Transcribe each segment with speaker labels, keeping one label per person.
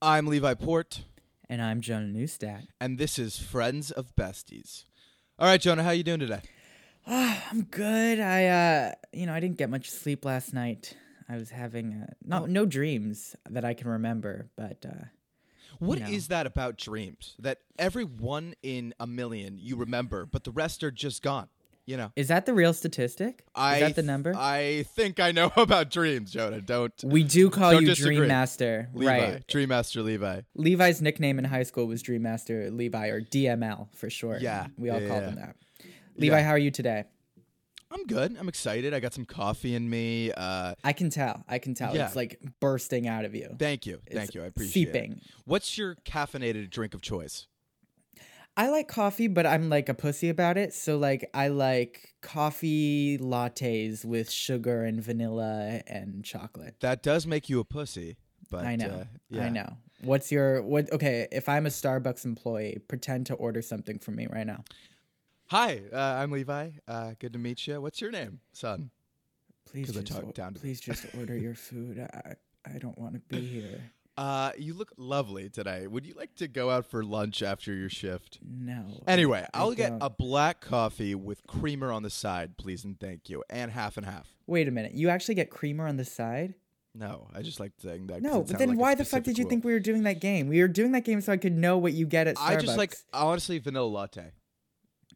Speaker 1: I'm Levi Port,
Speaker 2: And I'm Jonah Newstat.
Speaker 1: and this is Friends of Besties. All right, Jonah, how you doing today?
Speaker 2: I'm good. I, uh, you know, I didn't get much sleep last night. I was having uh,
Speaker 1: Oh.
Speaker 2: not no dreams that I can remember, but uh,
Speaker 1: What is
Speaker 2: You know.
Speaker 1: that about dreams? That every one in a million you remember, but the rest are just gone. You know,
Speaker 2: is that the real statistic?
Speaker 1: I
Speaker 2: is that the
Speaker 1: th-
Speaker 2: number?
Speaker 1: I think I know about dreams, Jonah. Don't
Speaker 2: we do call
Speaker 1: Don't
Speaker 2: you
Speaker 1: disagree.
Speaker 2: Dream Master,
Speaker 1: Levi,
Speaker 2: right?
Speaker 1: Dream Master Levi.
Speaker 2: Levi's nickname in high school was Dream Master Levi or DML for short.
Speaker 1: Yeah,
Speaker 2: we all
Speaker 1: yeah,
Speaker 2: called
Speaker 1: yeah.
Speaker 2: him that. Levi,
Speaker 1: Yeah.
Speaker 2: how are you today?
Speaker 1: I'm good. I'm excited. I got some coffee in me. Uh,
Speaker 2: I can tell. I can tell.
Speaker 1: Yeah.
Speaker 2: It's like bursting out of you.
Speaker 1: thank you,
Speaker 2: It's
Speaker 1: thank you. I appreciate it.
Speaker 2: seeping.
Speaker 1: What's your caffeinated drink of choice?
Speaker 2: I like coffee, but I'm like a pussy about it. So like I like coffee lattes with sugar and vanilla and chocolate.
Speaker 1: That does make you a pussy, but
Speaker 2: I know.
Speaker 1: uh, yeah.
Speaker 2: I know. What's your what okay, if I'm a Starbucks employee, pretend to order something for me right now.
Speaker 1: Hi, uh, I'm Levi. Uh, good to meet you. What's your name, son?
Speaker 2: Please
Speaker 1: 'Cause I
Speaker 2: just,
Speaker 1: talk
Speaker 2: or-
Speaker 1: down to
Speaker 2: please just order your food. I I don't want to be here.
Speaker 1: Uh, you look lovely today. Would you like to go out for lunch after your shift?
Speaker 2: No. I-
Speaker 1: Anyway,
Speaker 2: I
Speaker 1: I'll get
Speaker 2: don't.
Speaker 1: a black coffee with creamer on the side, please and thank you, and half and half.
Speaker 2: Wait a minute. You actually get creamer on the side?
Speaker 1: No, I just like saying that. 'cause
Speaker 2: No,
Speaker 1: it
Speaker 2: but
Speaker 1: sounded
Speaker 2: then
Speaker 1: like a
Speaker 2: why the fuck
Speaker 1: specific
Speaker 2: did you
Speaker 1: rule.
Speaker 2: think we were doing that game? We were doing that game so I could know what you get at Starbucks.
Speaker 1: I just like honestly vanilla latte.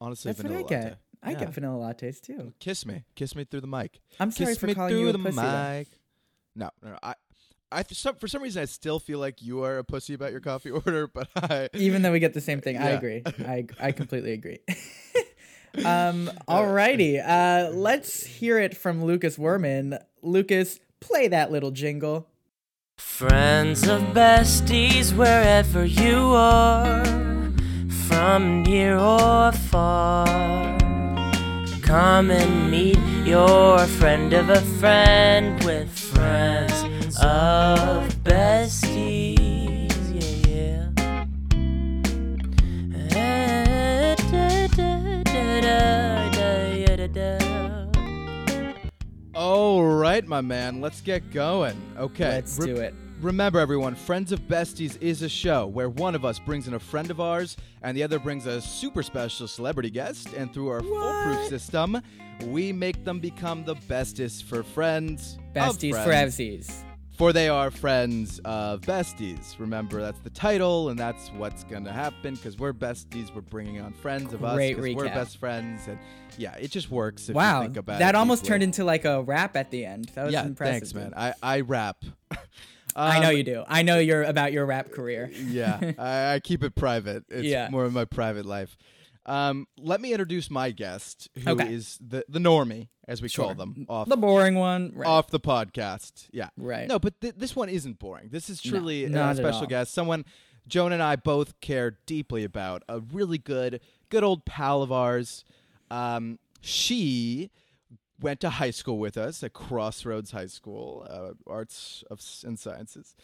Speaker 1: Honestly,
Speaker 2: That's what
Speaker 1: vanilla
Speaker 2: I get.
Speaker 1: latte.
Speaker 2: I
Speaker 1: Yeah.
Speaker 2: get vanilla lattes too.
Speaker 1: Kiss me, kiss me through the mic.
Speaker 2: I'm sorry
Speaker 1: kiss
Speaker 2: for
Speaker 1: me
Speaker 2: calling
Speaker 1: through
Speaker 2: you a
Speaker 1: the
Speaker 2: pussy. though.
Speaker 1: mic. No, no, no, I. I for some, for some reason I still feel like you are a pussy about your coffee order, but I
Speaker 2: Even though we get the same thing, I
Speaker 1: Yeah.
Speaker 2: agree. I I completely agree. um, alrighty, uh, let's hear it from Lucas Werman. Lucas, play that little jingle.
Speaker 3: Friends of besties, wherever you are, from near or far, come and meet your friend of a friend with friends of besties. Yeah, yeah. Da, da, da, da, da, da, da, da.
Speaker 1: All right, my man, let's get going. Okay.
Speaker 2: Let's do it.
Speaker 1: Remember, everyone, Friends of Besties is a show where one of us brings in a friend of ours and the other brings a super special celebrity guest. And through our foolproof system, we make them become the bestest for friends. of
Speaker 2: Besties for
Speaker 1: friends,
Speaker 2: evsies.
Speaker 1: For they are friends of besties. Remember, that's the title, and that's what's going to happen because we're besties. We're bringing on friends of us
Speaker 2: Great
Speaker 1: because we're
Speaker 2: recap.
Speaker 1: best friends. And yeah, it just works if you
Speaker 2: Wow,
Speaker 1: think about it.
Speaker 2: that almost
Speaker 1: deeply
Speaker 2: turned into like a rap at the end. That was
Speaker 1: yeah,
Speaker 2: impressive.
Speaker 1: thanks, man. I, I rap. Um,
Speaker 2: I know you do. I know you're about your rap career.
Speaker 1: yeah, I, I keep it private. It's
Speaker 2: Yeah.
Speaker 1: more of my private life. Um, let me introduce my guest, who is
Speaker 2: Okay.
Speaker 1: the the normie, as we call them, off
Speaker 2: The boring one. Right.
Speaker 1: off the podcast. Yeah,
Speaker 2: Right.
Speaker 1: No, but th- this one isn't boring. This is truly
Speaker 2: not
Speaker 1: a
Speaker 2: at
Speaker 1: special
Speaker 2: all.
Speaker 1: guest, someone Joan and I both care deeply about, a really good, good old pal of ours. Um, she went to high school with us at Crossroads High School, uh, Arts of S- and Sciences.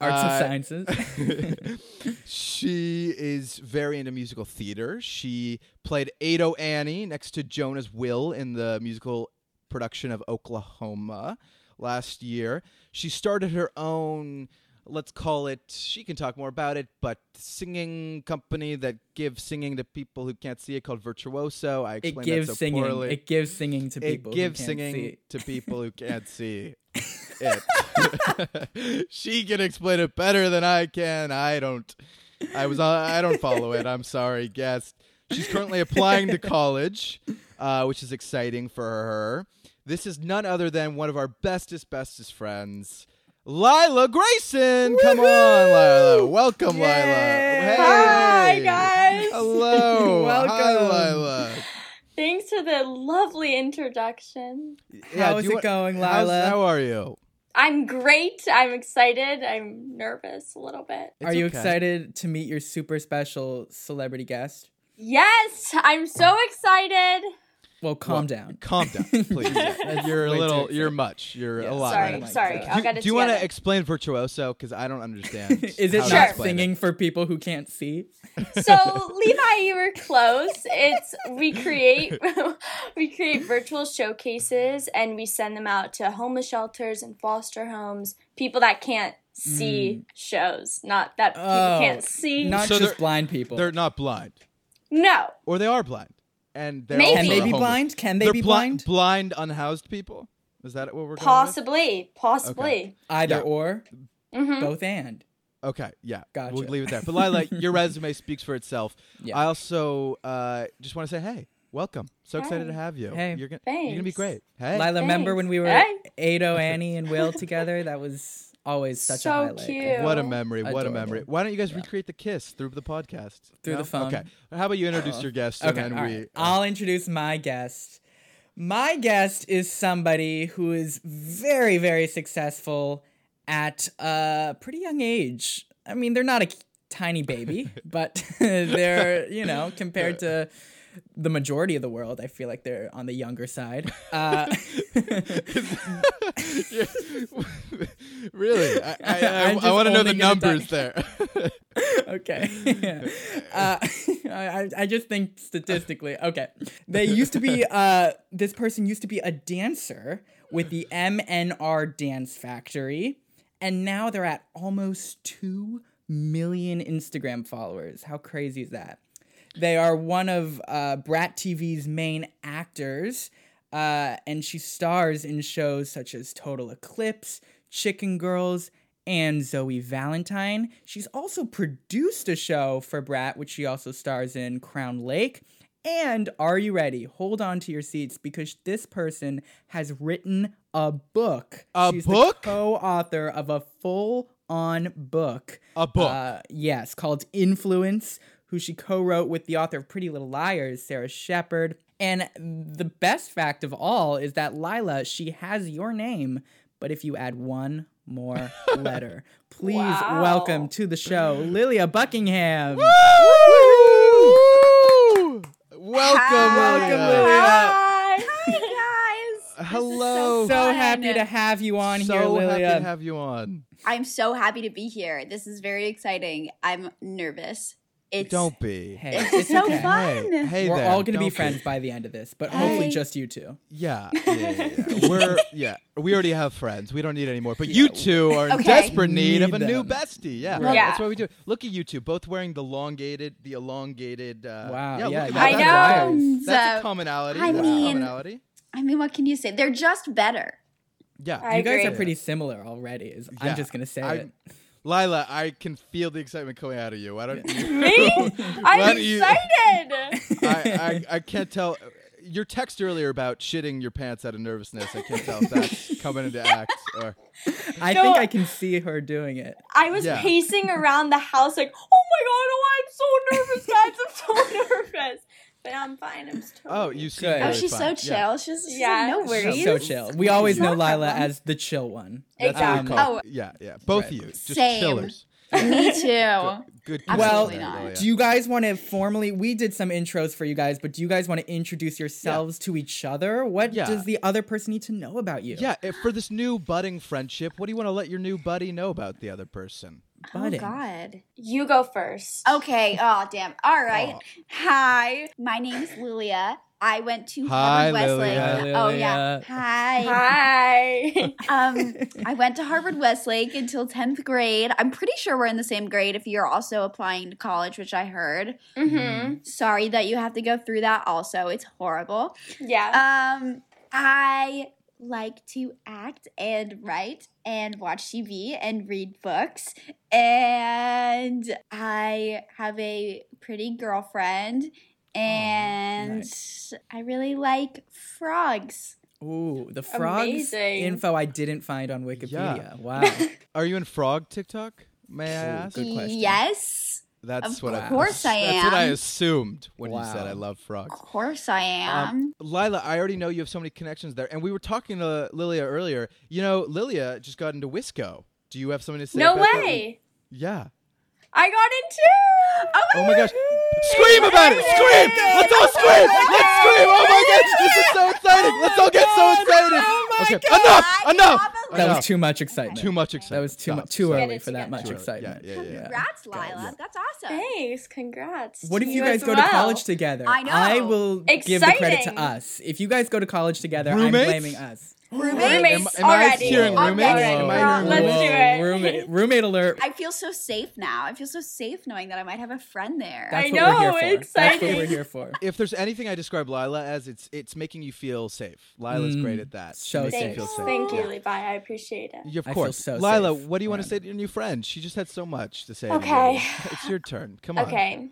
Speaker 2: Arts
Speaker 1: Uh,
Speaker 2: and sciences.
Speaker 1: she is very into musical theater. She played Ado Annie next to Jonah's Will in the musical production of Oklahoma last year. She started her own, let's call it, she can talk more about it, but singing company that gives singing to people who can't see it called Virtuoso. I
Speaker 2: it
Speaker 1: explained
Speaker 2: gives
Speaker 1: that so
Speaker 2: singing.
Speaker 1: poorly.
Speaker 2: It gives singing to
Speaker 1: It
Speaker 2: people. who
Speaker 1: gives
Speaker 2: can't
Speaker 1: singing
Speaker 2: see.
Speaker 1: to people who can't see it. she can explain it better than I can. I don't. I was. uh, I don't follow it. I'm sorry, guest. She's currently applying to college, uh, which is exciting for her. This is none other than one of our bestest, bestest friends, Lila Grayson. Come on, Lila. Welcome, Lila. Hey.
Speaker 4: Hi, guys.
Speaker 1: Hello. Hi,
Speaker 2: Welcome.
Speaker 1: Lila.
Speaker 4: Thanks for the lovely introduction.
Speaker 2: How's
Speaker 1: do you
Speaker 2: it
Speaker 1: wa-
Speaker 2: going,
Speaker 1: how's-
Speaker 2: Lila?
Speaker 1: How are you?
Speaker 4: I'm great. I'm excited. I'm nervous a little bit.
Speaker 2: Are you excited to meet your super special celebrity guest?
Speaker 4: Yes, I'm so excited.
Speaker 2: Well,
Speaker 1: Well,
Speaker 2: calm down.
Speaker 1: Calm down, please.
Speaker 2: That's
Speaker 1: you're a
Speaker 2: way too
Speaker 1: little.
Speaker 2: exciting.
Speaker 1: You're much. You're
Speaker 2: Yeah,
Speaker 1: a lot.
Speaker 4: sorry,
Speaker 2: Oh my
Speaker 4: sorry.
Speaker 2: God.
Speaker 4: I'll get
Speaker 1: Do
Speaker 4: it
Speaker 1: you want to
Speaker 4: together.
Speaker 1: explain virtuoso? Because I don't understand.
Speaker 2: Is it
Speaker 1: how to
Speaker 4: Sure.
Speaker 2: not
Speaker 1: explain
Speaker 2: singing for people who can't see?
Speaker 4: so Levi, you were close. It's we create we create virtual showcases and we send them out to homeless shelters and foster homes, people that can't see shows. Not that people
Speaker 2: Mm. Oh,
Speaker 4: can't see.
Speaker 2: Not
Speaker 1: So they're-
Speaker 2: just blind people.
Speaker 1: They're not blind,
Speaker 4: no.
Speaker 1: or they are blind, and they're
Speaker 4: Maybe.
Speaker 2: Can
Speaker 1: also
Speaker 2: they be
Speaker 1: homeless.
Speaker 2: blind? Can they
Speaker 1: They're
Speaker 2: be
Speaker 1: bli-
Speaker 2: blind?
Speaker 1: Blind, unhoused people. Is that what we're going with?
Speaker 4: Possibly. Possibly.
Speaker 2: Either
Speaker 1: Yeah.
Speaker 2: or,
Speaker 4: hmm
Speaker 2: both and.
Speaker 1: Okay, yeah. We'll
Speaker 2: Gotcha.
Speaker 1: leave it there. But Lila, your resume speaks for itself.
Speaker 2: Yeah.
Speaker 1: I also uh, just want to say, hey, welcome. So excited
Speaker 4: Hey.
Speaker 1: to have you.
Speaker 2: Hey.
Speaker 1: You're gonna, you're gonna be
Speaker 4: Thanks.
Speaker 1: great. Hey.
Speaker 2: Lila, remember when
Speaker 4: Thanks.
Speaker 2: we were
Speaker 4: Hey.
Speaker 2: Ado, Annie, and Will together? That was always such
Speaker 4: So
Speaker 2: a highlight.
Speaker 4: cute.
Speaker 1: What a memory. What a
Speaker 2: Adorable.
Speaker 1: memory. Why don't you guys recreate the kiss through the podcast?
Speaker 2: Through the phone.
Speaker 1: Okay. How about you introduce your guest and
Speaker 2: Okay,
Speaker 1: then
Speaker 2: all
Speaker 1: we. uh,
Speaker 2: right. I'll introduce my guest. My guest is somebody who is very, very successful at a pretty young age. I mean, they're not a tiny baby, but they're, you know, compared to the majority of the world, I feel like they're on the younger side. Uh,
Speaker 1: Yeah. really? I, I, I,
Speaker 2: I'm just
Speaker 1: I want to know
Speaker 2: only
Speaker 1: the
Speaker 2: gonna talk-
Speaker 1: numbers there.
Speaker 2: okay. uh, I, I just think statistically, okay. They used to be, uh, this person used to be a dancer with the MNR Dance Factory, and now they're at almost 2 million Instagram followers. How crazy is that? They are one of uh, Brat TV's main actors, uh, and she stars in shows such as Total Eclipse, Chicken Girls, and Zoe Valentine. She's also produced a show for Brat, which she also stars in Crown Lake. And are you ready? Hold on to your seats because this person has written a book.
Speaker 1: A
Speaker 2: She's
Speaker 1: book?
Speaker 2: The co-author of a full-on book.
Speaker 1: A book.
Speaker 2: Uh, yes, called Influence, who she co wrote with the author of Pretty Little Liars, Sarah Shepard. And the best fact of all is that Lila, she has your name, but if you add one more letter, please
Speaker 4: Wow.
Speaker 2: welcome to the show Lilia Buckingham.
Speaker 1: Woo! Welcome,
Speaker 2: Welcome,
Speaker 1: Lilia.
Speaker 2: Lilia.
Speaker 4: Hi. Hi, guys.
Speaker 1: Hello.
Speaker 4: This is
Speaker 2: So
Speaker 4: fun.
Speaker 2: happy to have you on
Speaker 1: so
Speaker 2: here,
Speaker 1: happy to
Speaker 2: Lilia.
Speaker 1: have you on.
Speaker 5: I'm so happy to be here. This is very exciting. I'm nervous. It's
Speaker 1: Don't be.
Speaker 2: Hey,
Speaker 5: It's
Speaker 2: it's
Speaker 5: so
Speaker 2: okay.
Speaker 5: fun.
Speaker 1: Hey, hey
Speaker 2: We're
Speaker 1: there,
Speaker 2: all going to
Speaker 1: don't
Speaker 2: be friends by the end of this, but hopefully
Speaker 5: Hey.
Speaker 2: just you two.
Speaker 1: Yeah, yeah, yeah, yeah. we're yeah, we already have friends. We don't need any more. But you two are in
Speaker 5: Okay.
Speaker 1: desperate need, of a
Speaker 2: Need
Speaker 1: new
Speaker 2: them.
Speaker 1: bestie. Yeah,
Speaker 2: Love
Speaker 1: that's
Speaker 4: it.
Speaker 1: what we do. Look at you two, both wearing the elongated, the elongated. Uh, yeah,
Speaker 2: Wow. yeah
Speaker 1: look at
Speaker 4: I
Speaker 1: that.
Speaker 4: know.
Speaker 2: that's wild.
Speaker 5: Um,
Speaker 1: That's a
Speaker 5: so-
Speaker 1: commonality.
Speaker 5: I
Speaker 1: that's a
Speaker 5: mean-
Speaker 1: commonality.
Speaker 5: I mean, what can you say? They're just better.
Speaker 1: Yeah,
Speaker 4: I
Speaker 2: You guys
Speaker 4: agree.
Speaker 2: are pretty similar already. Is
Speaker 1: Yeah,
Speaker 2: I'm just going to say
Speaker 1: I-
Speaker 2: it.
Speaker 1: Lila, I can feel the excitement coming out of you. I don't.
Speaker 4: Me?
Speaker 1: Why
Speaker 4: I'm
Speaker 1: don't you-
Speaker 4: excited.
Speaker 1: I, I, I can't tell. Your text earlier about shitting your pants out of nervousness. I can't tell if that's coming into act or.
Speaker 2: I
Speaker 4: No.
Speaker 2: think I can see her doing it.
Speaker 4: I was
Speaker 1: Yeah.
Speaker 4: pacing around the house like, oh my god, oh, I'm so nervous, guys. I'm so nervous. But I'm fine. I'm just totally.
Speaker 1: Oh, you see.
Speaker 2: Good. Oh,
Speaker 5: oh, she's so chill. She's, she's
Speaker 4: Yeah,
Speaker 5: like, no
Speaker 4: she's
Speaker 5: worries.
Speaker 2: So chill. We always know
Speaker 5: Not a
Speaker 2: Lila
Speaker 5: problem.
Speaker 2: as the chill one.
Speaker 1: That's
Speaker 4: Exactly.
Speaker 1: what we call.
Speaker 5: Oh.
Speaker 1: it. Yeah, yeah. Both of
Speaker 2: Right.
Speaker 1: you, just
Speaker 5: Same.
Speaker 1: chillers.
Speaker 5: Me too.
Speaker 1: Good.
Speaker 5: Absolutely
Speaker 1: comparison there,
Speaker 5: not.
Speaker 1: Lilia.
Speaker 2: Do you guys want to formally? We did some intros for you guys, but do you guys want to introduce yourselves to each other? What
Speaker 1: Yeah.
Speaker 2: does the other person need to know about you?
Speaker 1: Yeah, if- for this new budding friendship, what do you want to let your new buddy know about the other person?
Speaker 5: Oh,
Speaker 2: Budding.
Speaker 5: God.
Speaker 4: You go first.
Speaker 5: Okay. Oh, damn. All right. Hi. My name is Lilia. I went to
Speaker 1: Hi,
Speaker 5: Harvard Wesleyan.
Speaker 1: Lilia.
Speaker 5: Oh, yeah. Hi.
Speaker 4: Hi.
Speaker 5: Um, I went to Harvard Westlake until 10th grade. I'm pretty sure we're in the same grade if you're also applying to college, which I heard.
Speaker 4: mm-hmm.
Speaker 5: Sorry that you have to go through that also. It's horrible.
Speaker 4: Yeah.
Speaker 5: Um, I like to act and write and watch TV and read books. And I have a pretty girlfriend. And I really like frogs.
Speaker 2: Ooh, the frogs
Speaker 4: Amazing.
Speaker 2: info I didn't find on Wikipedia. Wow.
Speaker 1: Are you in frog TikTok? May I
Speaker 2: Ooh,
Speaker 1: ask?
Speaker 2: good. question.
Speaker 5: Yes,
Speaker 1: That's
Speaker 5: Of
Speaker 1: what I.
Speaker 5: course I
Speaker 1: That's what I
Speaker 5: am.
Speaker 1: assumed when you said
Speaker 2: Wow.
Speaker 1: I love
Speaker 5: of
Speaker 1: frogs.
Speaker 5: course I am.
Speaker 1: Um, Lila, I already know you have so many connections there, and we were talking to Lilia earlier. You know, Lilia just got into Wisco. Do you have something to say?
Speaker 4: no
Speaker 1: about that?
Speaker 4: way.
Speaker 1: Yeah.
Speaker 4: I got in too. Oh
Speaker 1: Oh my gosh. Scream about it! Scream! Let's all scream! Let's scream! Oh my gosh, this is so exciting! Let's all get
Speaker 4: Oh
Speaker 1: so excited! okay,
Speaker 5: I
Speaker 1: enough!
Speaker 5: can't
Speaker 1: Enough!
Speaker 5: believe-
Speaker 2: That
Speaker 1: enough.
Speaker 2: was too much excitement.
Speaker 1: Too much excitement.
Speaker 2: That was too
Speaker 1: Stop,
Speaker 2: much. Too
Speaker 1: stop.
Speaker 2: early
Speaker 4: it
Speaker 2: for that
Speaker 4: together.
Speaker 2: much
Speaker 4: Too
Speaker 1: early. Yeah,
Speaker 2: excitement.
Speaker 1: yeah, yeah, yeah.
Speaker 5: Congrats, Lila. That's awesome.
Speaker 4: Thanks. Congrats.
Speaker 2: What
Speaker 4: to
Speaker 2: if you
Speaker 4: as
Speaker 2: guys go to
Speaker 4: well.
Speaker 2: college together?
Speaker 5: I know.
Speaker 2: I will give the credit to
Speaker 4: Exciting.
Speaker 2: us. If you guys go to college together,
Speaker 1: Roommates?
Speaker 2: I'm blaming us.
Speaker 5: Roommates?
Speaker 4: Roommates
Speaker 1: Am- am I
Speaker 4: already.
Speaker 1: hearing roommates?
Speaker 4: Already.
Speaker 1: Am I
Speaker 4: Girl,
Speaker 1: hearing
Speaker 4: Let's
Speaker 1: roommates?
Speaker 4: do it.
Speaker 2: Roommate, roommate alert.
Speaker 5: I feel so safe now. I feel so safe knowing that I might have a friend there.
Speaker 2: That's
Speaker 4: I
Speaker 2: what we're
Speaker 4: know,
Speaker 2: here for. That's what
Speaker 4: exciting.
Speaker 2: we're here for.
Speaker 1: If there's anything I describe Lila as, it's it's making you feel safe. Lila's
Speaker 2: Mm,
Speaker 1: great at that. She
Speaker 2: so
Speaker 1: makes you
Speaker 2: safe.
Speaker 4: Thanks.
Speaker 1: feel safe.
Speaker 4: Thank
Speaker 1: Yeah.
Speaker 4: you, Levi. I appreciate it.
Speaker 1: Yeah, of
Speaker 2: I feel
Speaker 1: course.
Speaker 2: so
Speaker 1: Lila,
Speaker 2: safe
Speaker 1: what do you want to
Speaker 2: around
Speaker 1: say to your new friend? She just had so much to say. to
Speaker 4: Okay.
Speaker 1: you. It's your turn. Come on.
Speaker 4: Okay.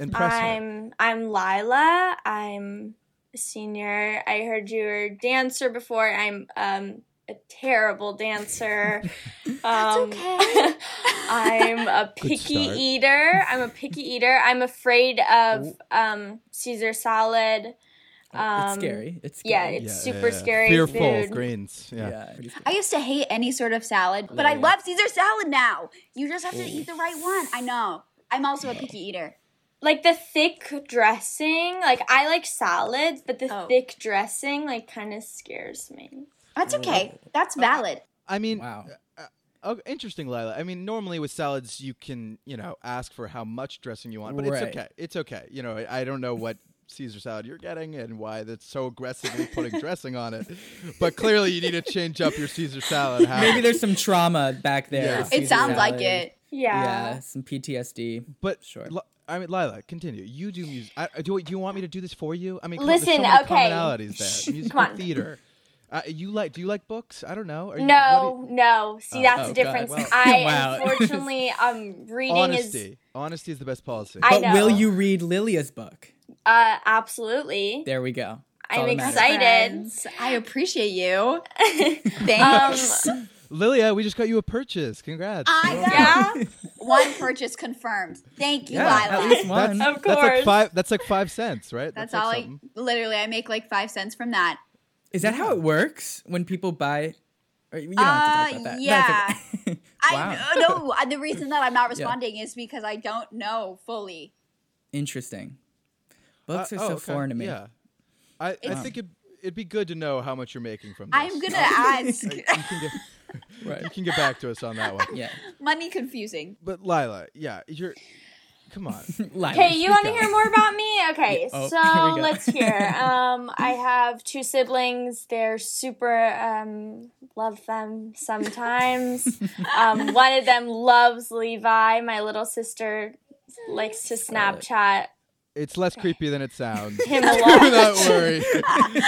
Speaker 1: Impress her.
Speaker 4: I'm I'm Lila. I'm a senior. I heard you were a dancer before. I'm um a terrible dancer.
Speaker 5: That's
Speaker 4: Um,
Speaker 5: okay.
Speaker 4: I'm a
Speaker 1: Good
Speaker 4: picky
Speaker 1: start.
Speaker 4: eater. I'm a picky eater. I'm afraid of um Caesar salad.
Speaker 2: Oh, it's
Speaker 4: Um,
Speaker 2: scary. It's
Speaker 4: yeah,
Speaker 2: scary.
Speaker 4: it's- super scary
Speaker 1: Fearful
Speaker 4: food.
Speaker 1: greens. Yeah.
Speaker 2: pretty scary.
Speaker 5: I used to hate any sort of salad, but I
Speaker 2: Yeah.
Speaker 5: love Caesar salad now. You just have to eat the right one. I know. I'm also a picky eater.
Speaker 4: like the thick dressing. Like I like salads, but the
Speaker 5: Oh.
Speaker 4: thick dressing like kind of scares me.
Speaker 5: That's
Speaker 2: Mm.
Speaker 5: okay. That's
Speaker 2: Uh,
Speaker 5: valid.
Speaker 1: I mean,
Speaker 2: Wow.
Speaker 1: Oh, interesting, Lila. I mean, normally with salads, you can, you know, ask for how much dressing you want, but
Speaker 2: Right.
Speaker 1: it's okay. It's okay. You know, I I don't know what Caesar salad you're getting and why that's so aggressively putting dressing on it, but clearly you need to change up your Caesar salad. How?
Speaker 2: Maybe there's some trauma back
Speaker 1: Yeah.
Speaker 2: there. with
Speaker 5: It
Speaker 2: Caesar
Speaker 5: sounds like
Speaker 2: salad.
Speaker 5: it.
Speaker 4: Yeah.
Speaker 2: Yeah, some PTSD.
Speaker 1: but
Speaker 2: Sure.
Speaker 1: Li- I mean, Lila, continue. You do music. I, I- do. Do you want me to do this for you? I mean, come
Speaker 4: Listen,
Speaker 1: on, there's so many
Speaker 4: okay.
Speaker 1: commonalities there. Musical
Speaker 4: on.
Speaker 1: theater. Uh, you like? Do you like books? I don't know. Are you-
Speaker 4: No, no. See,
Speaker 1: Oh,
Speaker 4: that's
Speaker 2: oh,
Speaker 4: the difference.
Speaker 1: God. Well-
Speaker 4: I
Speaker 2: Wow.
Speaker 4: unfortunately, um, reading
Speaker 1: what do you, honesty.
Speaker 4: is
Speaker 1: honesty is the best policy.
Speaker 4: I
Speaker 2: But
Speaker 4: know.
Speaker 2: will you read Lilia's book?
Speaker 4: uh, absolutely.
Speaker 2: There we go. That's all
Speaker 4: I'm
Speaker 2: that matters.
Speaker 4: excited.
Speaker 5: Friends, I appreciate you.
Speaker 4: Um,
Speaker 5: Thanks.
Speaker 1: Lilia, we just got you a purchase. Congrats.
Speaker 5: I know.
Speaker 4: yeah,
Speaker 5: One purchase confirmed. Thank you,
Speaker 2: Yeah,
Speaker 5: Lila.
Speaker 2: at least one.
Speaker 1: That's-
Speaker 4: of course.
Speaker 1: That's like five. That's like five cents, right?
Speaker 5: That's,
Speaker 1: like
Speaker 5: all I
Speaker 1: something.
Speaker 5: literally I make like five cents from that.
Speaker 2: Is that how it works when people buy? Or, you don't have to talk
Speaker 5: Uh,
Speaker 2: about that.
Speaker 5: yeah.
Speaker 2: That's okay.
Speaker 5: I no, the reason that I'm not responding is because I don't know fully.
Speaker 2: Interesting. Books
Speaker 1: Uh,
Speaker 2: are
Speaker 1: oh,
Speaker 2: so
Speaker 1: okay.
Speaker 2: foreign to me.
Speaker 1: Yeah, I, I think it, it'd be good to know how much you're making from. This.
Speaker 5: I'm gonna ask.
Speaker 1: You can get,
Speaker 2: Right.
Speaker 1: you can get back to us on that one.
Speaker 2: Yeah.
Speaker 5: Money confusing.
Speaker 1: But Lila, yeah, you're. Come on.
Speaker 2: Lila,
Speaker 4: Okay, you
Speaker 2: speak
Speaker 4: want to
Speaker 2: up.
Speaker 4: hear more about me? Okay,
Speaker 2: oh, here we
Speaker 4: so
Speaker 2: go.
Speaker 4: let's hear. Um, I have two siblings. They're super. Um, love them sometimes. um, one of them loves Levi. My little sister likes to Snapchat
Speaker 1: It's less creepy than it sounds.
Speaker 4: him a
Speaker 1: Do
Speaker 4: lot.
Speaker 1: not worry.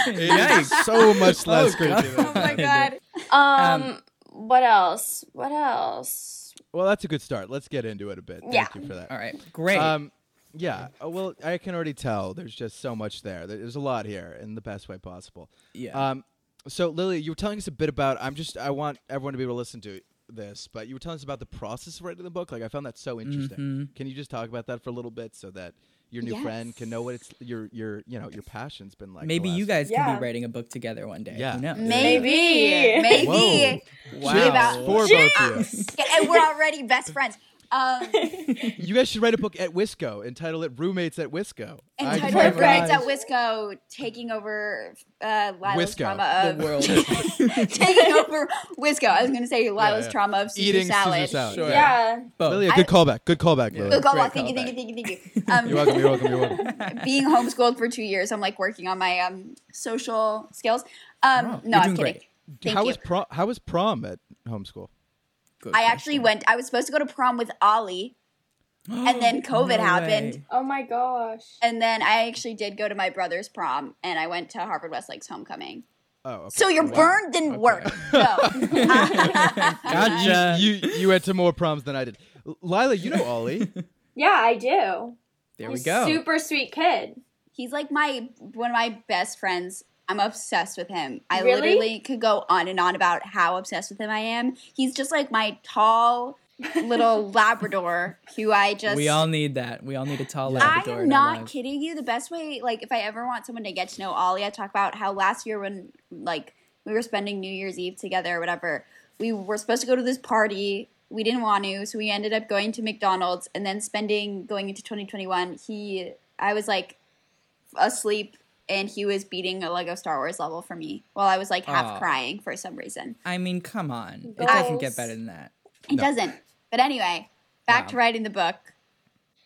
Speaker 1: It is so much less
Speaker 2: Oh,
Speaker 1: creepy.
Speaker 2: God.
Speaker 1: Than it
Speaker 4: Oh my
Speaker 1: sounds.
Speaker 4: god. Um, what else? What else?
Speaker 1: Well, that's a good start. Let's get into it a bit. Thank
Speaker 4: Yeah.
Speaker 1: you for that.
Speaker 2: All right. Great.
Speaker 1: Um, yeah. uh, Well, I can already tell. There's just so much there. There's a lot here in the best way possible.
Speaker 2: yeah.
Speaker 1: Um, so Lily, you were telling us a bit about. I'm just. I want everyone to be able to listen to this, but you were telling us about the process of writing the book. Like I found that so interesting.
Speaker 2: Mm-hmm.
Speaker 1: Can you just talk about that for a little bit so that your new friend can know what it's your your you know your passion's been like. the
Speaker 2: Maybe you
Speaker 1: last-
Speaker 2: guys can
Speaker 4: Yeah.
Speaker 2: be writing a book together one day.
Speaker 1: Yeah.
Speaker 2: Who knows?
Speaker 5: Maybe.
Speaker 4: Maybe.
Speaker 5: Maybe.
Speaker 1: Whoa.
Speaker 2: Wow.
Speaker 1: Chips
Speaker 5: About-
Speaker 1: for both of
Speaker 5: And we're already best friends. Um,
Speaker 1: you. You guys should write a book at Wisco. Entitle it "Roommates at Wisco." I
Speaker 5: entitled Friends at
Speaker 1: can't-
Speaker 5: Wisco taking over uh, Lila's
Speaker 1: Wisco,
Speaker 5: trauma
Speaker 2: The
Speaker 5: of
Speaker 2: world.
Speaker 5: taking over Wisco. I was going to say Lila's
Speaker 1: yeah.
Speaker 5: trauma of Caesar
Speaker 1: Eating
Speaker 5: salad.
Speaker 1: Caesar salad.
Speaker 2: Sure.
Speaker 4: Yeah.
Speaker 2: Both.
Speaker 1: Lily, good callback. Good callback, Lily.
Speaker 5: Good call.
Speaker 2: Great
Speaker 5: Thank you, thank you,
Speaker 2: callback.
Speaker 5: thank you, thank you. Um,
Speaker 1: You're welcome. You're welcome. You're welcome.
Speaker 5: being homeschooled for two years, I'm like working on my um, social skills. Um,
Speaker 2: Wow.
Speaker 5: no,
Speaker 2: You're
Speaker 5: I'm
Speaker 2: doing
Speaker 5: kidding.
Speaker 2: great.
Speaker 5: Thank
Speaker 1: how
Speaker 5: you.
Speaker 1: was prom? How was prom at homeschool?
Speaker 2: Good
Speaker 5: I
Speaker 2: question.
Speaker 5: actually went. I was supposed to go to prom with Ollie, and then COVID
Speaker 2: No
Speaker 5: happened,
Speaker 2: way.
Speaker 4: Oh my gosh.
Speaker 5: and then I actually did go to my brother's prom, and I went to Harvard Westlake's homecoming.
Speaker 1: Oh, okay.
Speaker 5: So your burn didn't work. No.
Speaker 2: Gotcha.
Speaker 1: you you went to more proms than I did. L- Lila, you know Ollie.
Speaker 4: Yeah, I do.
Speaker 2: there we
Speaker 4: He's
Speaker 2: go.
Speaker 4: Super sweet kid.
Speaker 5: He's like my one of my best friends. I'm obsessed with him. I
Speaker 4: Really?
Speaker 5: literally could go on and on about how obsessed with him I am. He's just like my tall little Labrador who I just
Speaker 2: we all need that. We all need a tall
Speaker 5: I
Speaker 2: Labrador. in
Speaker 5: am
Speaker 2: our
Speaker 5: not
Speaker 2: lives.
Speaker 5: kidding you. The best way, like, if I ever want someone to get to know Ollie, I talk about how last year when, like, we were spending New Year's Eve together or whatever, we were supposed to go to this party. We didn't want to, so we ended up going to McDonald's and then spending going into 2021. He, I was like asleep, and he was beating a Lego Star Wars level for me while I was like half
Speaker 2: Aw.
Speaker 5: crying for some reason.
Speaker 2: I mean, come on. It
Speaker 4: Goals.
Speaker 2: doesn't get better than that.
Speaker 5: It doesn't. But anyway, back
Speaker 2: Wow.
Speaker 5: to writing the book.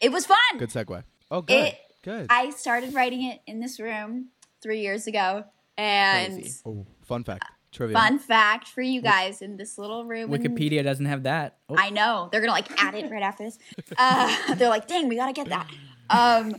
Speaker 5: It was fun.
Speaker 1: Good segue. Oh, good.
Speaker 5: It-
Speaker 1: good.
Speaker 5: I started writing it in this room three years ago, and
Speaker 2: Crazy.
Speaker 1: oh, fun fact. Trivia.
Speaker 5: Fun fact for you guys in this little room. in-
Speaker 2: Wikipedia doesn't have that. Oh,
Speaker 5: I know they're gonna like add it right after this. Uh, they're like, "Dang, we gotta get that." Um,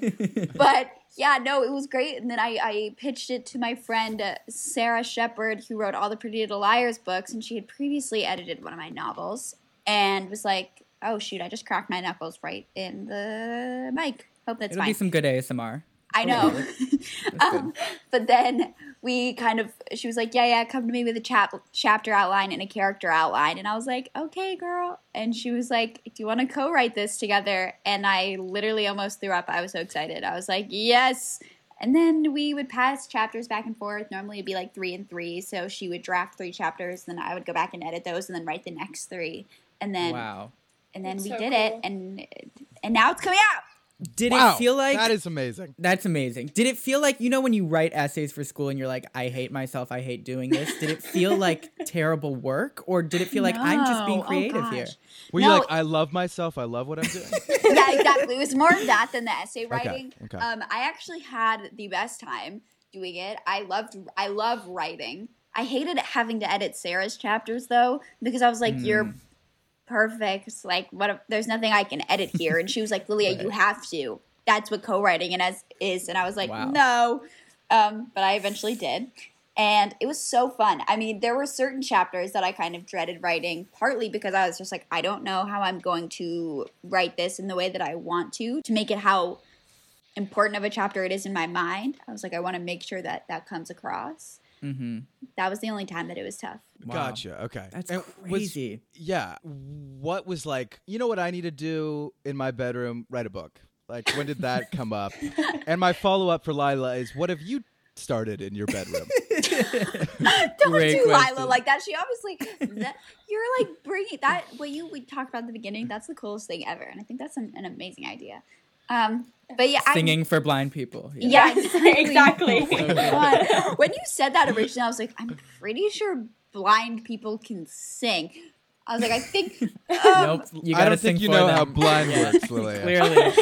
Speaker 5: but yeah, no, it was great. And then I, I pitched it to my friend uh, Sarah Shepard, who wrote all the Pretty Little Liars books, and she had previously edited one of my novels, and was like, "Oh shoot, I just cracked my knuckles right in the mic. Hope that's
Speaker 2: it'll
Speaker 5: fine."
Speaker 2: be some good ASMR.
Speaker 5: I know. um, but then we kind of, she was like, yeah, yeah, come to me with a chap- chapter outline and a character outline. And I was like, okay, girl. And she was like, do you want to co write this together? And I literally almost threw up. I was so excited. I was like, yes. And then we would pass chapters back and forth. Normally it'd be like three and three. So she would draft three chapters, then I would go back and edit those and then write the next three. And then,
Speaker 2: Wow.
Speaker 5: and then
Speaker 4: That's
Speaker 5: we
Speaker 4: so
Speaker 5: did
Speaker 4: cool.
Speaker 5: it. And, and now it's coming out.
Speaker 2: Did
Speaker 1: wow,
Speaker 2: it feel like
Speaker 1: that is amazing.
Speaker 2: That's amazing. Did it feel like you know when you write essays for school and you're like, I hate myself, I hate doing this? Did it feel like terrible work, or did it feel like I'm just being
Speaker 5: No. Oh,
Speaker 2: creative
Speaker 5: gosh.
Speaker 2: here?
Speaker 1: Were
Speaker 5: No.
Speaker 1: you like, I love myself, I love what I'm doing?
Speaker 5: yeah, exactly. It was more of that than the essay writing.
Speaker 1: okay.
Speaker 5: Um, I actually had the best time doing it. I loved. I love writing. I hated having to edit Sarah's chapters though because I was like,
Speaker 1: Hmm.
Speaker 5: "You're perfect. It's Like, what? If, there's nothing I can edit here." And she was like, "Lilia, you have to. That's what co-writing and as is." And I was like,
Speaker 2: Wow.
Speaker 5: "No," um, but I eventually did. And it was so fun. I mean, there were certain chapters that I kind of dreaded writing, partly because I was just like, I don't know how I'm going to write this in the way that I want to, to make it how important of a chapter it is in my mind. I was like, I want to make sure that that comes across.
Speaker 2: Mm-hmm.
Speaker 5: That was the only time that it was tough.
Speaker 2: Wow.
Speaker 1: Gotcha. Okay.
Speaker 2: That's
Speaker 1: And was-
Speaker 2: crazy.
Speaker 1: yeah. What was like, you know what I need to do in my bedroom? Write a book. Like, when did that come up? And my follow up for Lila is, what have you started in your bedroom?
Speaker 5: Don't
Speaker 2: Great
Speaker 5: do Lila
Speaker 2: question.
Speaker 5: like that. She obviously, that, you're like bringing that, what you we talked about at the beginning, that's the coolest thing ever. And I think that's an, an amazing idea. Um, but yeah, I,
Speaker 2: Singing for blind people.
Speaker 5: Yeah,
Speaker 4: exactly.
Speaker 5: God. when you said that originally, I was like, I'm pretty sure blind people can sing. I was like, I think, um,
Speaker 2: Nope. You gotta
Speaker 1: I don't
Speaker 2: sing
Speaker 1: think you
Speaker 2: for
Speaker 1: know
Speaker 2: them.
Speaker 1: how blind works, Lilia.
Speaker 2: Clearly.
Speaker 5: I don't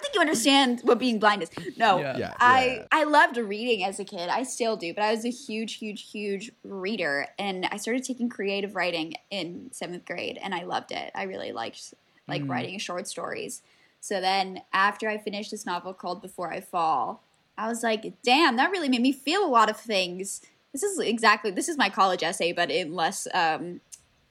Speaker 5: think you understand what being blind is. No,
Speaker 2: Yeah.
Speaker 1: Yeah,
Speaker 5: I
Speaker 1: yeah.
Speaker 5: I loved reading as a kid. I still do, but I was a huge, huge, huge reader, and I started taking creative writing in seventh grade, and I loved it. I really liked like writing short stories. So then, after I finished this novel called Before I Fall, I was like, "Damn, that really made me feel a lot of things." This is exactly this is my college essay, but in less um,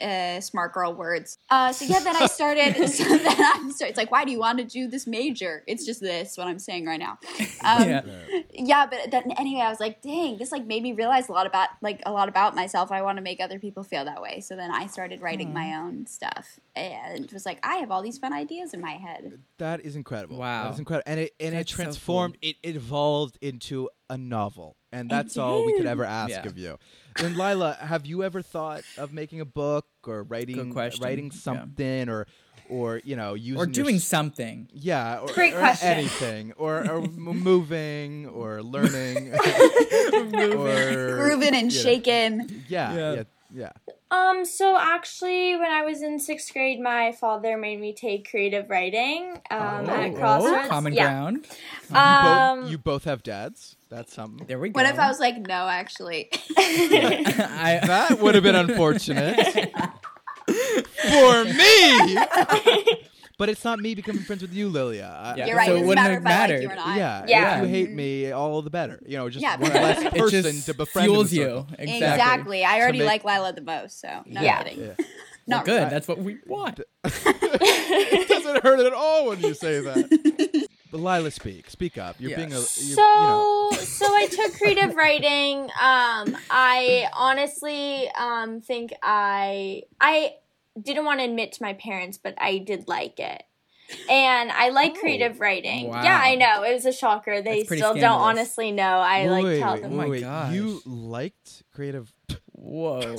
Speaker 5: uh, smart girl words. Uh, so yeah, then I started. so then I started. It's like, why do you want to do this major? It's just this what I'm saying right now. Um,
Speaker 2: Yeah.
Speaker 5: yeah.
Speaker 1: Yeah.
Speaker 5: but then anyway, I was like, dang, this like made me realize a lot about like a lot about myself. I want to make other people feel that way. So then I started writing my own stuff and was like, I have all these fun ideas in my head.
Speaker 1: That is incredible.
Speaker 2: Wow.
Speaker 1: that is incredible, and it and it
Speaker 2: That's so cool.
Speaker 1: transformed. It it evolved into a novel, and that's all we could ever ask
Speaker 2: Yeah.
Speaker 1: of you. And Lila, have you ever thought of making a book or writing
Speaker 2: question.
Speaker 1: writing
Speaker 2: Yeah.
Speaker 1: something or or you know using
Speaker 2: or
Speaker 1: your
Speaker 2: doing
Speaker 1: s-
Speaker 2: something.
Speaker 1: yeah or,
Speaker 4: Great
Speaker 1: or
Speaker 4: question.
Speaker 1: anything or, or m- moving or learning or
Speaker 5: Grooving and
Speaker 1: you know,
Speaker 5: shaking.
Speaker 1: yeah
Speaker 2: Yeah.
Speaker 1: yeah yeah
Speaker 4: Um, so actually, when I was in sixth grade, my father made me take creative writing um, at
Speaker 2: Oh,
Speaker 4: Crossroads.
Speaker 2: common
Speaker 4: yeah.
Speaker 2: ground.
Speaker 1: Bo-
Speaker 4: Um,
Speaker 1: you both have dads that's something
Speaker 2: There we go.
Speaker 5: What if I was like, no, actually?
Speaker 2: I-
Speaker 1: That would have been unfortunate for me. but it's not me becoming friends with you, Lilia. I-
Speaker 2: Yeah.
Speaker 5: You're right.
Speaker 2: So
Speaker 5: it
Speaker 2: it
Speaker 5: doesn't
Speaker 2: wouldn't
Speaker 5: matter
Speaker 2: have
Speaker 5: if I like you
Speaker 2: mattered.
Speaker 5: or not.
Speaker 1: Yeah,
Speaker 4: Yeah.
Speaker 1: If you hate me, all the better. You know, just
Speaker 5: Yeah.
Speaker 1: one less
Speaker 2: it
Speaker 1: person
Speaker 2: just
Speaker 1: to befriend. in
Speaker 2: fuels
Speaker 1: the
Speaker 2: you.
Speaker 1: circle.
Speaker 2: Exactly.
Speaker 5: Exactly. I already
Speaker 1: make-
Speaker 5: like Lila the most, so no
Speaker 4: Yeah.
Speaker 5: kidding.
Speaker 1: Yeah.
Speaker 2: Well,
Speaker 5: Not
Speaker 2: good.
Speaker 5: really.
Speaker 2: That's what we want.
Speaker 1: it doesn't hurt at all when you say that. But Lila, speak, speak up. You're being a. You're,
Speaker 4: so
Speaker 1: you know,
Speaker 4: so I took creative writing. Um, I honestly um, think I I didn't want to admit to my parents, but I did like it. And I like creative writing. Yeah,
Speaker 2: Oh, wow.
Speaker 4: I know. It was a shocker. They
Speaker 2: That's pretty
Speaker 4: still don't
Speaker 2: scandalous.
Speaker 4: honestly know. I
Speaker 1: wait,
Speaker 4: like
Speaker 1: wait,
Speaker 4: tell
Speaker 1: wait,
Speaker 4: them.
Speaker 2: Oh my
Speaker 1: wait,
Speaker 2: gosh.
Speaker 1: You liked creative.
Speaker 2: Whoa.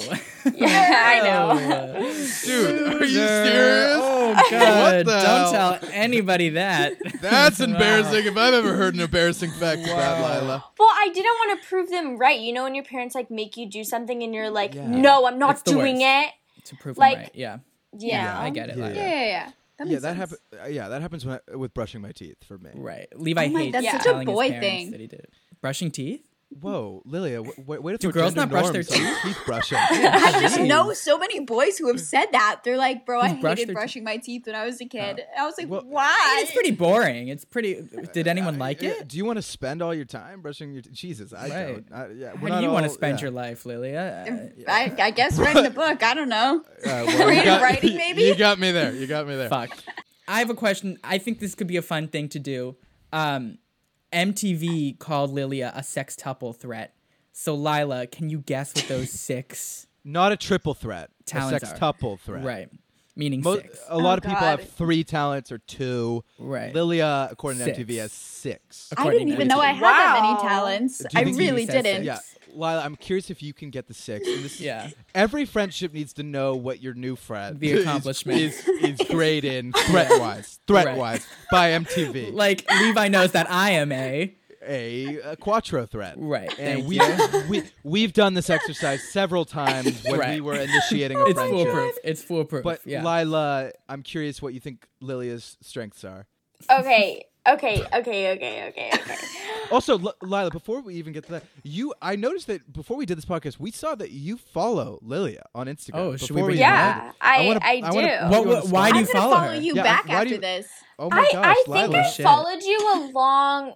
Speaker 4: Yeah, I know.
Speaker 2: Whoa.
Speaker 1: Dude, are you
Speaker 2: Loser.
Speaker 1: serious?
Speaker 2: Oh god!
Speaker 1: the
Speaker 2: Don't
Speaker 1: hell?
Speaker 2: tell anybody that.
Speaker 1: That's
Speaker 2: Wow.
Speaker 1: embarrassing. If I've ever heard an embarrassing fact
Speaker 2: Wow.
Speaker 1: about Lila.
Speaker 4: Well, I didn't want to prove them right. You know, when your parents like make you do something and you're like,
Speaker 1: Yeah.
Speaker 4: no, I'm
Speaker 2: It's
Speaker 4: not
Speaker 2: the
Speaker 4: doing
Speaker 2: worst.
Speaker 4: it.
Speaker 2: To prove
Speaker 4: Like-
Speaker 2: them right. Yeah.
Speaker 4: Yeah.
Speaker 2: I get it.
Speaker 1: Yeah.
Speaker 2: Lila.
Speaker 5: Yeah, yeah, yeah. That
Speaker 1: yeah,
Speaker 5: makes
Speaker 1: that
Speaker 5: sense. hmm.
Speaker 1: happens. Yeah, that happens when I, with brushing my teeth for me.
Speaker 2: Right. Levi
Speaker 5: my-
Speaker 2: hates
Speaker 5: that's
Speaker 4: such a
Speaker 2: telling his
Speaker 5: boy
Speaker 2: parents
Speaker 5: thing.
Speaker 2: that he did it. Brushing teeth?
Speaker 1: Whoa, Lilia, w- w- way to
Speaker 2: Do
Speaker 1: throw
Speaker 2: girls
Speaker 1: gender
Speaker 2: not brush their
Speaker 1: norms on
Speaker 2: teeth?
Speaker 1: teeth brushing.
Speaker 5: I just
Speaker 2: Jeez.
Speaker 5: know so many boys who have said that. They're like, bro, I
Speaker 2: Who brush
Speaker 5: hated
Speaker 2: their
Speaker 5: brushing my teeth when I was a kid. I was like,
Speaker 1: Well-
Speaker 5: why?
Speaker 2: It's pretty boring. It's pretty. Did anyone like
Speaker 1: Yeah,
Speaker 2: it?
Speaker 1: Do you want to spend all your time brushing your teeth? Jesus, I
Speaker 2: Right.
Speaker 1: don't. I, yeah, we're
Speaker 2: How
Speaker 1: not
Speaker 2: do you want to
Speaker 1: all-
Speaker 2: spend
Speaker 1: yeah.
Speaker 2: your life, Lilia?
Speaker 5: I, I guess writing a book. I don't know.
Speaker 1: Uh,
Speaker 5: Creative
Speaker 1: you got-
Speaker 5: writing, maybe?
Speaker 1: You got me there. You got me there.
Speaker 2: Fuck. I have a question. I think this could be a fun thing to do. Um, MTV called Lilia a sextuple threat. So Lila, can you guess what those six?
Speaker 1: Not a triple threat.
Speaker 2: Talents
Speaker 1: a
Speaker 2: are.
Speaker 1: sextuple threat.
Speaker 2: Right, meaning
Speaker 1: Mo- uh,
Speaker 2: six.
Speaker 1: a lot of people
Speaker 5: Oh, God.
Speaker 1: have three talents or two.
Speaker 2: Right.
Speaker 1: Lilia, according
Speaker 2: Six.
Speaker 1: to MTV, has six.
Speaker 5: I
Speaker 2: Courtney
Speaker 5: didn't even know I had
Speaker 2: Cleaver.
Speaker 5: that
Speaker 4: Wow.
Speaker 5: many talents.
Speaker 1: Do you
Speaker 5: I
Speaker 1: think
Speaker 5: really
Speaker 2: he says
Speaker 5: didn't.
Speaker 1: Yeah, Lila, I'm curious if you can get the six. And this
Speaker 2: Yeah.
Speaker 1: Every friendship needs to know what your new friend
Speaker 2: The
Speaker 1: is-
Speaker 2: accomplishment.
Speaker 1: is is, great in threat wise, threat wise by MTV.
Speaker 2: Like Levi knows that I am a
Speaker 1: a, a quattro threat.
Speaker 2: Right,
Speaker 1: And
Speaker 2: thank
Speaker 1: we,
Speaker 2: you.
Speaker 1: we we've done this exercise several times when
Speaker 2: Right.
Speaker 1: we were initiating a
Speaker 2: It's
Speaker 1: friendship.
Speaker 2: foolproof. It's foolproof.
Speaker 1: But
Speaker 2: yeah.
Speaker 1: Lila, I'm curious what you think Lilia's strengths are.
Speaker 4: Okay, okay, okay, okay, okay, okay.
Speaker 1: Also, L- Lila, before we even get to that, you I noticed that before we did this podcast, we saw that you follow Lilia on Instagram.
Speaker 2: Oh, should we
Speaker 1: before
Speaker 2: bring
Speaker 1: even
Speaker 2: her
Speaker 1: had
Speaker 4: Yeah,
Speaker 1: it.
Speaker 4: I-
Speaker 1: wanna-
Speaker 4: I
Speaker 1: wanna
Speaker 4: do.
Speaker 1: put
Speaker 2: What-
Speaker 1: you on
Speaker 2: what-
Speaker 1: the
Speaker 2: why
Speaker 1: spot.
Speaker 5: I'm
Speaker 2: do
Speaker 5: gonna
Speaker 2: you follow
Speaker 5: follow,
Speaker 2: her?
Speaker 5: you
Speaker 1: Yeah,
Speaker 5: back
Speaker 1: why do
Speaker 5: after
Speaker 1: you-
Speaker 5: this.
Speaker 1: Oh my
Speaker 4: I,
Speaker 1: gosh,
Speaker 4: I
Speaker 1: Lila.
Speaker 4: think I
Speaker 2: shit.
Speaker 4: followed you a long,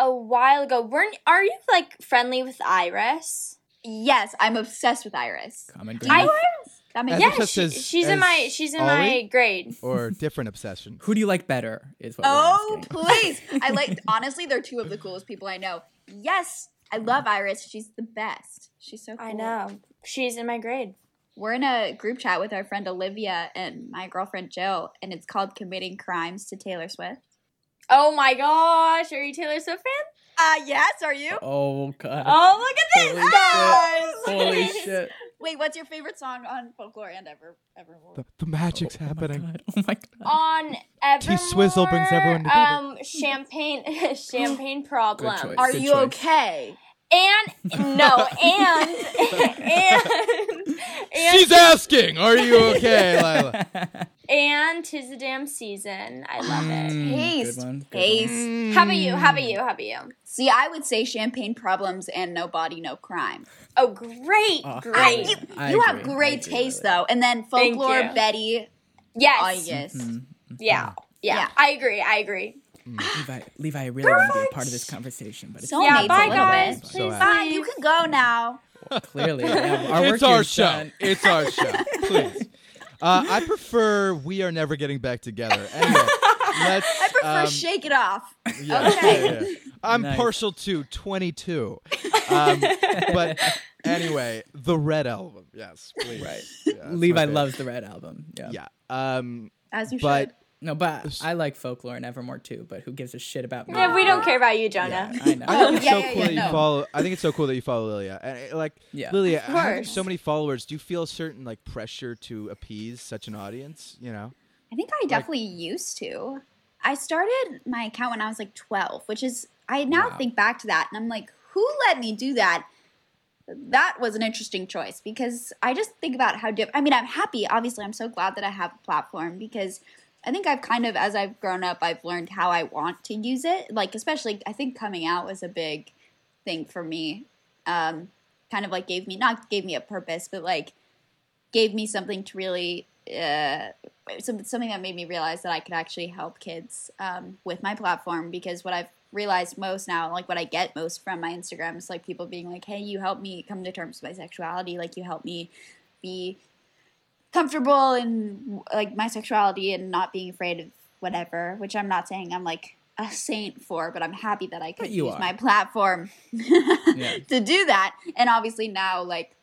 Speaker 4: a while ago. Weren't are you like friendly with Iris?
Speaker 5: Yes, I'm obsessed with Iris.
Speaker 2: Common
Speaker 5: Do you
Speaker 2: ground.
Speaker 5: know Iris? That makes
Speaker 1: As
Speaker 4: Yeah,
Speaker 1: obsessed
Speaker 4: she,
Speaker 1: as-
Speaker 4: she's in
Speaker 1: as
Speaker 4: my she's in
Speaker 1: Ollie?
Speaker 4: my grade.
Speaker 1: or different obsession.
Speaker 2: Who do you like better? Is what
Speaker 5: Oh
Speaker 2: we're asking.
Speaker 5: please! I like honestly, they're two of the coolest people I know. Yes, I love Iris. She's the best. She's so. cool.
Speaker 4: I know she's in my grade.
Speaker 5: We're in a group chat with our friend Olivia and my girlfriend Jill, and it's called "Committing Crimes" to Taylor Swift.
Speaker 4: Oh my gosh, are you Taylor Swift fan?
Speaker 5: Uh yes. Are you?
Speaker 2: Oh god.
Speaker 4: Oh look at this, Ah!
Speaker 2: Holy shit.
Speaker 4: guys!
Speaker 2: Holy shit.
Speaker 5: Wait, what's your favorite song on Folklore and Ever Evermore?
Speaker 1: The, the magic's happening.
Speaker 2: Oh my god. Oh
Speaker 4: On Evermore,
Speaker 1: Swizzle brings everyone together.
Speaker 4: Um, champagne, champagne problem.
Speaker 2: choice.
Speaker 5: Are
Speaker 2: Good
Speaker 5: you
Speaker 2: choice.
Speaker 5: okay?
Speaker 4: And no, and and and
Speaker 1: She's asking, "Are you okay, Lila?"
Speaker 2: my god.
Speaker 4: and tis the damn season. I love
Speaker 1: Mm.
Speaker 4: it.
Speaker 5: Taste,
Speaker 2: one, Mm, good
Speaker 5: taste.
Speaker 4: How about you? How about you? How about you?
Speaker 5: See, I would say champagne problems and no body, no crime.
Speaker 4: Oh, great,
Speaker 2: Oh,
Speaker 5: I-
Speaker 4: great.
Speaker 5: you
Speaker 2: I
Speaker 5: you have
Speaker 2: agree. I
Speaker 5: great
Speaker 2: agree
Speaker 5: taste,
Speaker 2: with that.
Speaker 5: though. And then
Speaker 4: Thank
Speaker 5: folklore,
Speaker 4: you.
Speaker 5: Betty.
Speaker 4: yes.
Speaker 5: Oh, yes.
Speaker 1: Mm-hmm.
Speaker 2: Mhm.
Speaker 4: Yeah. Yeah.
Speaker 5: Yeah.
Speaker 4: I agree. I agree.
Speaker 2: Levi, Levi, I really want to be a part of this conversation, but it's
Speaker 5: So- Oh,
Speaker 4: yeah.
Speaker 5: Nate's a
Speaker 4: Bye,
Speaker 5: little
Speaker 4: guys.
Speaker 1: bit.
Speaker 4: Please.
Speaker 1: So
Speaker 5: Fine,
Speaker 4: leave.
Speaker 5: you can go now.
Speaker 2: clearly yeah, our work
Speaker 1: it's our
Speaker 2: here's
Speaker 1: show.
Speaker 2: done.
Speaker 1: It's our show. Please. Uh, I prefer we are never getting back together. Anyway, let's.
Speaker 5: I prefer
Speaker 1: um,
Speaker 5: shake it off.
Speaker 1: yeah,
Speaker 5: okay.
Speaker 1: yeah, yeah. I'm
Speaker 2: Nice.
Speaker 1: partial to 22. Um, but anyway, the Red Album. Yes, please.
Speaker 2: Right.
Speaker 1: Yeah, that's my
Speaker 2: Levi
Speaker 1: favorite.
Speaker 2: loves the Red album. Yeah.
Speaker 1: Yeah. Um,
Speaker 5: As you
Speaker 1: but
Speaker 5: should.
Speaker 2: No, but I like folklore and evermore too. But who gives a shit about me?
Speaker 4: Yeah, we don't care about you,
Speaker 2: Yeah,
Speaker 4: Jonah.
Speaker 2: I know.
Speaker 1: I think
Speaker 5: Oh,
Speaker 1: it's
Speaker 5: yeah,
Speaker 1: so
Speaker 5: yeah,
Speaker 1: cool
Speaker 5: yeah,
Speaker 1: that you
Speaker 5: no.
Speaker 1: follow. I think it's so cool that you follow Lilia. And uh, like,
Speaker 2: Yeah.
Speaker 1: Lilia, having
Speaker 4: course.
Speaker 1: so many followers, do you feel a certain like pressure to appease such an audience? You know.
Speaker 5: I think I definitely used to. I started my account when I was like 12, which is, I now
Speaker 2: Wow.
Speaker 5: think back to that and I'm like, who let me do that? That was an interesting choice because I just think about how diff I mean, I'm happy. Obviously, I'm so glad that I have a platform because I think I've kind of, as I've grown up, I've learned how I want to use it. Like, especially, I think coming out was a big thing for me. Um, kind of like gave me, not gave me a purpose, but like gave me something to really, uh, some, something that made me realize that I could actually help kids um, with my platform because what I've realized most now, like what I get most from my Instagram is like people being like, hey, you helped me come to terms with my sexuality. Like, you helped me be comfortable in like my sexuality and not being afraid of whatever, which I'm not saying I'm like a saint for, but I'm happy that I could
Speaker 2: But you
Speaker 5: use
Speaker 2: are.
Speaker 5: my platform
Speaker 2: Yeah.
Speaker 5: to do that. And obviously now, like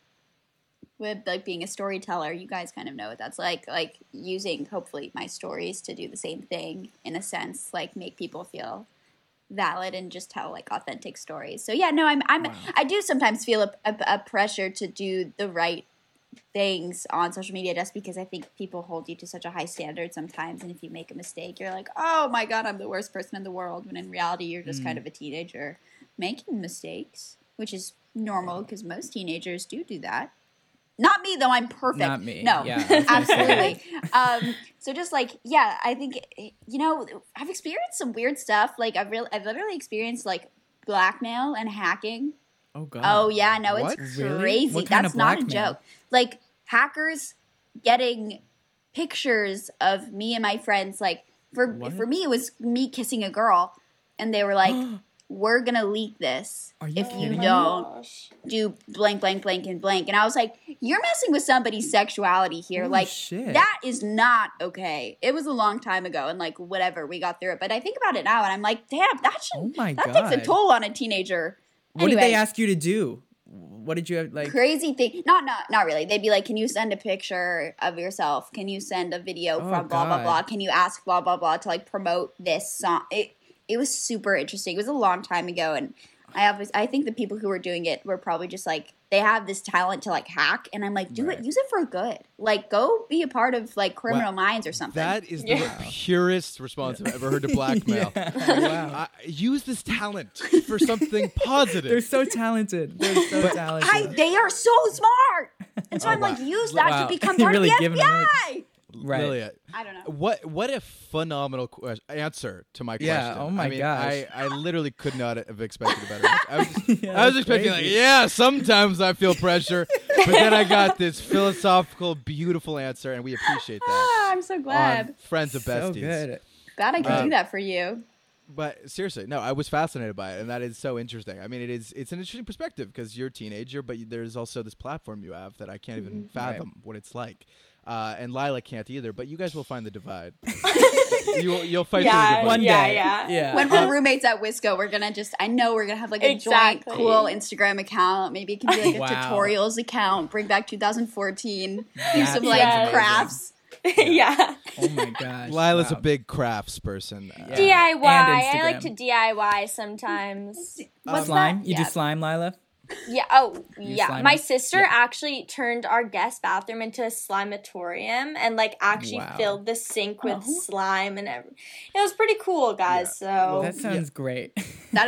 Speaker 5: with like being a storyteller, you guys kind of know what that's like. Like using hopefully my stories to do the same thing in a sense, like make people feel valid and just tell like authentic stories. So yeah, no, I'm I'm
Speaker 2: Wow.
Speaker 5: I do sometimes feel a, a, a pressure to do the right things on social media just because I think people hold you to such a high standard sometimes and if you make a mistake you're like, "Oh my god, I'm the worst person in the world." When in reality, you're just
Speaker 2: Mm.
Speaker 5: kind of a teenager making mistakes, which is normal because most teenagers do do that. Not me though, I'm perfect.
Speaker 2: Not me.
Speaker 5: No.
Speaker 2: Yeah, I was gonna say.
Speaker 5: absolutely. um so just like, yeah, I think you know, I've experienced some weird stuff. Like I've really I've literally experienced like blackmail and hacking
Speaker 2: Oh god.
Speaker 5: Oh yeah, no,
Speaker 1: What?
Speaker 5: it's
Speaker 2: Really?
Speaker 5: crazy.
Speaker 2: What kind
Speaker 5: That's
Speaker 2: of
Speaker 5: not a
Speaker 2: blackmail?
Speaker 5: joke. Like hackers getting pictures of me and my friends. Like for
Speaker 2: What?
Speaker 5: for me, it was me kissing a girl, and they were like, "We're gonna leak this
Speaker 2: Are you
Speaker 5: if
Speaker 4: Oh
Speaker 5: you
Speaker 2: kidding?
Speaker 5: don't do blank, blank, blank, and blank." And I was like, "You're messing with somebody's sexuality here.
Speaker 2: Holy
Speaker 5: like
Speaker 2: shit.
Speaker 5: that is not okay." It was a long time ago, and like whatever, we got through it. But I think about it now, and I'm like, "Damn, that should
Speaker 2: Oh my
Speaker 5: that
Speaker 2: God.
Speaker 5: takes a toll on a teenager."
Speaker 2: what did
Speaker 5: Anyway.
Speaker 2: they ask you to do? What did you have like?
Speaker 5: crazy thing. Not not not really. They'd be like, "Can you send a picture of yourself? Can you send a video
Speaker 2: Oh,
Speaker 5: from blah
Speaker 2: God.
Speaker 5: blah blah? Can you ask blah blah blah to like promote this song?" It it was super interesting. It was a long time ago, and I always I think the people who were doing it were probably just like they have this talent to like hack, and I'm like, do
Speaker 2: Right.
Speaker 5: it, use it for good. Like, go be a part of like Criminal
Speaker 1: Wow.
Speaker 5: Minds or something.
Speaker 1: That is the
Speaker 4: Yeah.
Speaker 1: purest response I've ever heard to blackmail.
Speaker 2: Yeah. oh, wow.
Speaker 1: I, use this talent for something
Speaker 2: They're
Speaker 1: positive.
Speaker 2: so talented. They're so
Speaker 1: But-
Speaker 2: talented.
Speaker 5: I, they are so smart, and so
Speaker 1: Oh,
Speaker 5: I'm like,
Speaker 1: wow.
Speaker 5: use that
Speaker 2: Wow.
Speaker 5: to become
Speaker 2: You're
Speaker 5: part
Speaker 2: really
Speaker 5: of the
Speaker 2: giving them
Speaker 5: FBI.
Speaker 2: Right.
Speaker 1: Lilia,
Speaker 5: I don't know.
Speaker 1: what what a phenomenal que- uh, answer to my
Speaker 2: Yeah,
Speaker 1: question.
Speaker 2: oh my
Speaker 1: I mean,
Speaker 2: gosh.
Speaker 1: I, I literally could not have expected a better. answer. I was, just,
Speaker 2: Yeah,
Speaker 1: I was
Speaker 2: that's
Speaker 1: expecting
Speaker 2: crazy.
Speaker 1: like, yeah, sometimes I feel pressure, but then I got this philosophical, beautiful answer, and we appreciate
Speaker 5: Ah,
Speaker 1: that.
Speaker 5: I'm so glad.
Speaker 1: on friends of besties.
Speaker 2: So good.
Speaker 5: Glad I could
Speaker 2: um,
Speaker 1: Uh,
Speaker 5: do that for you.
Speaker 1: But seriously, no, I was fascinated by it, and that is so interesting. I mean, it is it's an interesting perspective because you're a teenager, but you- there's also this platform you have that I can't even
Speaker 2: Mm-hmm.
Speaker 1: fathom what it's like, uh, and Lila can't either. But you guys will find the divide. you, you'll fight through the
Speaker 4: Yeah,
Speaker 1: divide.
Speaker 2: One
Speaker 4: yeah,
Speaker 2: day.
Speaker 4: yeah.
Speaker 2: Yeah.
Speaker 5: When we're roommates at Wisco, we're gonna just I know we're gonna have like a
Speaker 4: Exactly.
Speaker 5: joint cool Instagram account. Maybe it can be like a
Speaker 2: Wow.
Speaker 5: tutorials account, bring back 2014, do
Speaker 2: That's
Speaker 5: some like
Speaker 4: amazing.
Speaker 5: crafts.
Speaker 4: yeah.
Speaker 2: oh my gosh.
Speaker 1: Lila's
Speaker 2: Wow.
Speaker 1: a big crafts person. Uh,
Speaker 2: Yeah.
Speaker 4: DIY. I like
Speaker 2: Instagram.
Speaker 4: to DIY sometimes.
Speaker 1: What's
Speaker 2: slime.
Speaker 5: that?
Speaker 2: You
Speaker 5: Yeah.
Speaker 2: do slime, Lila.
Speaker 4: Yeah. Oh,
Speaker 2: You
Speaker 4: yeah.
Speaker 2: slime
Speaker 4: My
Speaker 2: it?
Speaker 4: sister
Speaker 2: Yeah.
Speaker 4: actually turned our guest bathroom into a slimatorium and like actually
Speaker 2: Wow.
Speaker 4: filled the sink with
Speaker 5: Oh.
Speaker 4: slime and everything. It was pretty cool, guys. So
Speaker 2: That sounds great.
Speaker 5: That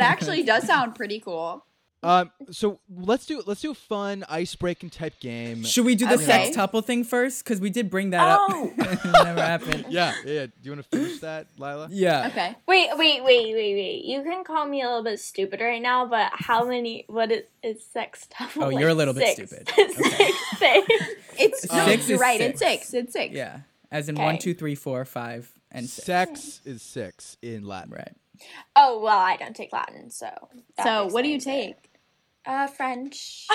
Speaker 5: actually does sound pretty cool.
Speaker 1: Um, so let's do let's do a fun ice breaking type game.
Speaker 2: Should we do the
Speaker 5: Okay.
Speaker 2: sex tuple thing first? Because we did bring that
Speaker 4: Oh.
Speaker 2: up. it never happened.
Speaker 1: Yeah, yeah. yeah. Do you want to finish that, Lila?
Speaker 2: Yeah.
Speaker 5: Okay.
Speaker 4: wait, wait, wait, wait, wait. You can call me a little bit stupid right now, but how many? What is, is sex stuff?
Speaker 2: Oh, you're a little bit stupid. Okay.
Speaker 4: six things.
Speaker 5: It's no,
Speaker 2: Six
Speaker 5: you're
Speaker 2: is
Speaker 5: right,
Speaker 2: six.
Speaker 5: it's six. It's six.
Speaker 2: Yeah. As in one,
Speaker 4: Okay.
Speaker 2: two, three, four, five, and six.
Speaker 1: Sex is six in Latin.
Speaker 2: Right.
Speaker 4: Oh well, I don't take Latin, so. that
Speaker 5: So
Speaker 4: makes
Speaker 5: what do you
Speaker 4: sense.
Speaker 5: take?
Speaker 4: Uh, French.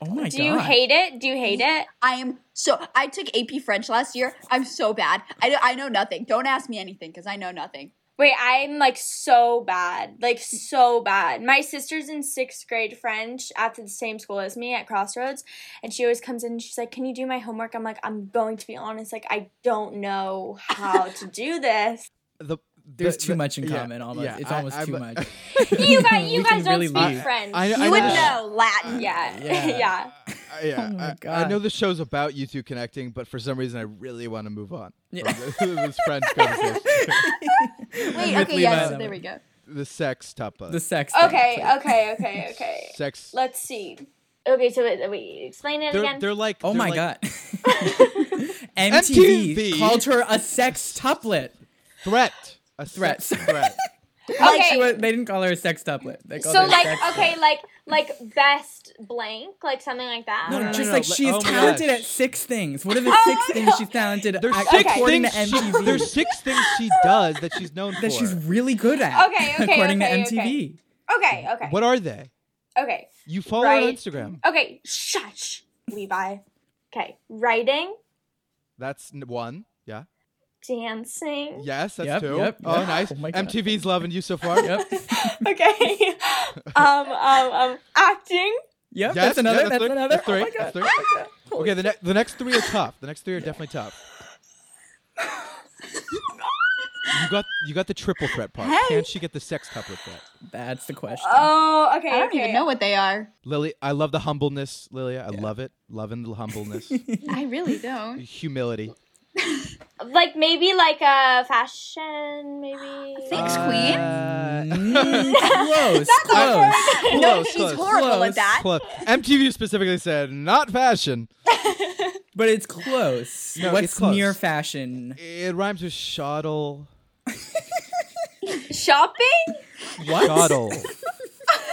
Speaker 2: Oh my god.
Speaker 4: do you hate it? Do you hate it?
Speaker 5: I am so I took AP French last year. I'm so bad. I, I know nothing. Don't ask me anything because I know nothing.
Speaker 4: Wait, I'm like so bad. Like so bad. My sister's in sixth grade French at the same school as me at Crossroads. And she always comes in and she's like, Can you do my homework? I'm like, I'm going to be honest. Like, I don't know how to do this.
Speaker 1: The,
Speaker 2: There's
Speaker 1: the-
Speaker 2: too
Speaker 1: the-
Speaker 2: much in
Speaker 1: yeah,
Speaker 2: common. Almost.
Speaker 1: yeah,
Speaker 2: it's
Speaker 1: I-
Speaker 2: almost
Speaker 1: I'm-
Speaker 2: too much.
Speaker 4: You guys, you
Speaker 2: We
Speaker 4: guys
Speaker 2: can
Speaker 4: don't
Speaker 2: really
Speaker 4: speak
Speaker 2: leave.
Speaker 4: French.
Speaker 1: I- I
Speaker 5: You would
Speaker 1: know.
Speaker 5: know Latin.
Speaker 4: yeah.
Speaker 2: Yeah.
Speaker 4: Yeah.
Speaker 1: I- yeah,
Speaker 2: Oh my
Speaker 1: I- I,
Speaker 2: God.
Speaker 1: know the show's about you two connecting, but for some reason, I really want to move on.
Speaker 2: Yeah.
Speaker 1: from this French conversation,
Speaker 5: Wait,
Speaker 2: with
Speaker 5: okay,
Speaker 2: Levi
Speaker 5: yes,
Speaker 2: on that
Speaker 5: there
Speaker 2: one.
Speaker 5: we go.
Speaker 1: the sex tupper.
Speaker 2: The sex. thing,
Speaker 4: Okay,
Speaker 2: please.
Speaker 4: okay, okay, okay.
Speaker 1: sex.
Speaker 4: Let's see. Okay, so wait, wait explain it
Speaker 1: They're,
Speaker 4: again.
Speaker 1: they're like.
Speaker 2: Oh
Speaker 1: they're
Speaker 2: my
Speaker 1: like
Speaker 2: god. MTV,
Speaker 1: MTV.
Speaker 2: called her a sex tuplet.
Speaker 1: Threat. A
Speaker 2: Threat.
Speaker 1: sex threat.
Speaker 2: Like
Speaker 4: Okay.
Speaker 2: she was, they didn't call her a sex tuplet. They called
Speaker 4: so
Speaker 2: her a
Speaker 4: like
Speaker 2: sex
Speaker 4: okay, like like best blank, like something like that.
Speaker 2: No,
Speaker 1: no,
Speaker 2: just
Speaker 1: no,
Speaker 2: like
Speaker 1: no,
Speaker 2: she's
Speaker 1: oh my
Speaker 2: talented
Speaker 1: gosh.
Speaker 2: at six things. What are the
Speaker 4: Oh
Speaker 2: six
Speaker 4: my
Speaker 2: things
Speaker 4: God.
Speaker 2: she's talented at?
Speaker 1: There's six
Speaker 2: according
Speaker 1: things.
Speaker 2: to
Speaker 1: She,
Speaker 2: MTV,
Speaker 1: there's six things she does that she's known for.
Speaker 2: that she's really good at.
Speaker 4: Okay, okay,
Speaker 2: according
Speaker 4: okay,
Speaker 2: to MTV.
Speaker 4: Okay, okay.
Speaker 1: What are they?
Speaker 4: Okay.
Speaker 1: You follow her on
Speaker 4: Right. Oh.
Speaker 1: Instagram.
Speaker 4: Okay. Shush, Levi. Okay. Writing,
Speaker 1: That's n- one. Yeah.
Speaker 4: dancing.
Speaker 1: Yes, that's
Speaker 2: Yep,
Speaker 1: two.
Speaker 2: yep,
Speaker 1: oh,
Speaker 2: yep.
Speaker 1: nice.
Speaker 2: Oh my God.
Speaker 1: MTV's loving you so far.
Speaker 2: Yep,
Speaker 4: Okay. um, um, um, acting.
Speaker 1: Yes,
Speaker 2: yep. that's another.
Speaker 1: yeah,
Speaker 2: that's,
Speaker 1: three,
Speaker 2: another.
Speaker 1: That's three.
Speaker 2: Oh my God.
Speaker 1: that's three. Okay, the, ne- the next three are tough. The next three are definitely tough. You got you got the triple threat part. Can she get the sextuplet threat?
Speaker 2: That's the question.
Speaker 4: Oh, okay.
Speaker 5: I don't
Speaker 4: okay.
Speaker 5: even know what they are.
Speaker 1: Lily, I love the humbleness, Lilia. I love it. Loving the humbleness,
Speaker 5: I really don't.
Speaker 1: humility.
Speaker 4: Like maybe like a fashion, maybe.
Speaker 5: Thanks, Queen.
Speaker 2: Mm, close. close.
Speaker 5: no,
Speaker 1: Uh, Close,
Speaker 5: he's
Speaker 1: close,
Speaker 5: horrible
Speaker 2: close,
Speaker 5: at that.
Speaker 1: Close. MTV specifically said not fashion.
Speaker 2: But it's close.
Speaker 1: No,
Speaker 2: What's
Speaker 1: it's close.
Speaker 2: near fashion?
Speaker 1: It rhymes with shoddle.
Speaker 4: Shopping.
Speaker 1: What? Shoddle.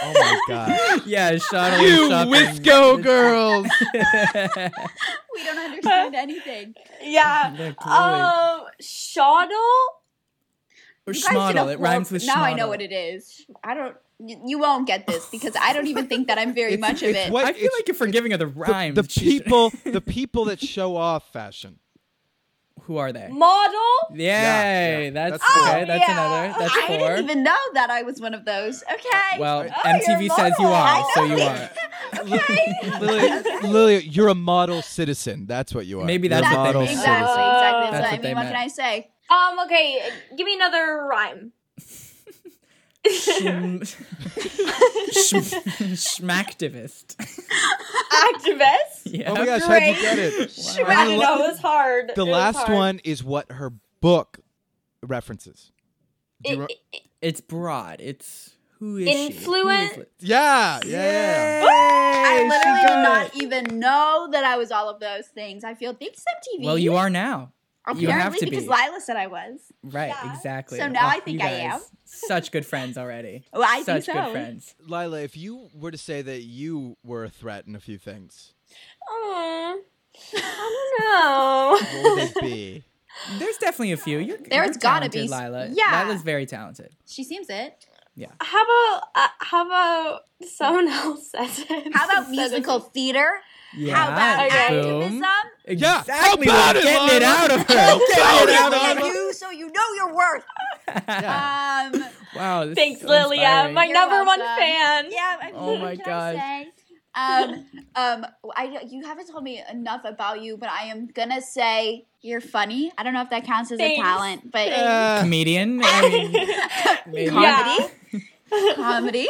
Speaker 1: Oh my god.
Speaker 2: yeah, shuttle
Speaker 1: you
Speaker 2: shopping.
Speaker 1: Wisco girls.
Speaker 5: We don't understand anything.
Speaker 4: Yeah.
Speaker 2: Yeah, totally.
Speaker 4: Um, shoddle.
Speaker 2: or
Speaker 5: You guys did a
Speaker 2: schmodel. It
Speaker 5: horrible-
Speaker 2: rhymes with schmodel.
Speaker 5: Now I know what it is. I don't. You you won't get this because I don't even think that I'm very
Speaker 2: It's-
Speaker 5: much of
Speaker 2: it's
Speaker 5: it.
Speaker 1: what-
Speaker 2: I feel
Speaker 1: it's-
Speaker 2: like you're forgiving of the rhymes.
Speaker 1: the
Speaker 2: She's-
Speaker 1: people, the people that show off fashion.
Speaker 2: Who are they?
Speaker 4: Model.
Speaker 2: Yay!
Speaker 1: Yeah, yeah.
Speaker 2: That's,
Speaker 1: That's
Speaker 2: okay.
Speaker 4: four.
Speaker 2: That's
Speaker 4: Yeah.
Speaker 2: another. That's
Speaker 5: I
Speaker 2: 4
Speaker 5: didn't even know that I was one of those. Okay.
Speaker 2: well,
Speaker 1: Oh,
Speaker 2: MTV
Speaker 4: you're
Speaker 2: says you
Speaker 4: model.
Speaker 2: are,
Speaker 4: I
Speaker 2: so
Speaker 4: know
Speaker 2: you are.
Speaker 4: it.
Speaker 1: Lilia, Lilia, you're a model citizen. That's what you are.
Speaker 2: Maybe
Speaker 1: You're a
Speaker 2: that's what they
Speaker 1: model
Speaker 2: meant.
Speaker 5: exactly,
Speaker 1: citizen.
Speaker 5: exactly. That's
Speaker 4: That's
Speaker 5: what I
Speaker 2: what they
Speaker 5: mean, what
Speaker 2: meant.
Speaker 5: can I say?
Speaker 4: Um. Okay. Give me another rhyme.
Speaker 2: Schm- Schm- Schmacktivist.
Speaker 4: Activist.
Speaker 2: Yeah.
Speaker 1: Oh my gosh, how'd you
Speaker 4: Great.
Speaker 1: get it?
Speaker 4: Wow. I don't know. It was hard. It
Speaker 1: The
Speaker 4: was
Speaker 1: last
Speaker 4: hard.
Speaker 1: one is what her book references. Do you
Speaker 4: It-
Speaker 1: re-
Speaker 4: it-
Speaker 2: It's broad. It's who is
Speaker 4: Influent-
Speaker 2: she? Who is
Speaker 1: yeah,
Speaker 2: li-
Speaker 1: yeah, yeah.
Speaker 5: I
Speaker 2: Yay, she
Speaker 5: literally
Speaker 2: got
Speaker 5: did not
Speaker 2: it.
Speaker 5: even know that I was all of those things. I feel thanks MTV.
Speaker 2: Well, you are now.
Speaker 5: apparently
Speaker 2: you have to
Speaker 5: because
Speaker 2: be.
Speaker 5: Lila said I was.
Speaker 2: Right,
Speaker 4: Yeah.
Speaker 2: exactly. Oh,
Speaker 5: So now I
Speaker 2: you
Speaker 5: think I am.
Speaker 2: guys, Such good friends already.
Speaker 5: Oh, I
Speaker 2: Such
Speaker 5: think
Speaker 2: good
Speaker 5: so.
Speaker 2: friends.
Speaker 1: Lila, if you were to say that you were a threat in a few things,
Speaker 4: Mm, I
Speaker 1: what
Speaker 4: don't
Speaker 1: would
Speaker 4: know.
Speaker 1: they be?
Speaker 2: There's definitely a few. You're,
Speaker 5: There's
Speaker 2: you're
Speaker 5: gotta
Speaker 2: talented,
Speaker 5: be s-
Speaker 2: Lila.
Speaker 5: yeah.
Speaker 2: Lila's very talented.
Speaker 5: She seems it.
Speaker 4: how about uh, how about someone else says it?
Speaker 5: How
Speaker 4: instead
Speaker 5: about
Speaker 4: of
Speaker 5: musical
Speaker 4: me?
Speaker 5: theater?
Speaker 2: Yeah.
Speaker 5: How about
Speaker 2: boom.
Speaker 5: activism?
Speaker 1: Yeah,
Speaker 2: Exactly.
Speaker 1: how
Speaker 2: We're
Speaker 1: about it,
Speaker 2: getting it
Speaker 1: Lila?
Speaker 2: out of her.
Speaker 1: How
Speaker 2: Getting
Speaker 1: about
Speaker 2: it
Speaker 1: it,
Speaker 2: out of
Speaker 5: Looking
Speaker 1: Lila?
Speaker 5: at
Speaker 1: no, no.
Speaker 5: you, so you know your worth.
Speaker 1: Yeah.
Speaker 5: Um,
Speaker 2: Wow. this is
Speaker 4: Thanks,
Speaker 2: so
Speaker 4: Lilia,
Speaker 2: inspiring.
Speaker 4: my
Speaker 5: You're
Speaker 4: number one
Speaker 5: welcome.
Speaker 4: fan.
Speaker 5: yeah. I mean,
Speaker 2: Oh my
Speaker 5: what can
Speaker 2: gosh.
Speaker 5: I say? Um, um, I you haven't told me enough about you, but I am gonna say you're funny. I don't know if that counts as
Speaker 4: Thanks.
Speaker 5: a talent, but
Speaker 1: Yeah.
Speaker 2: comedian. I mean, maybe.
Speaker 4: Yeah.
Speaker 5: comedy, comedy.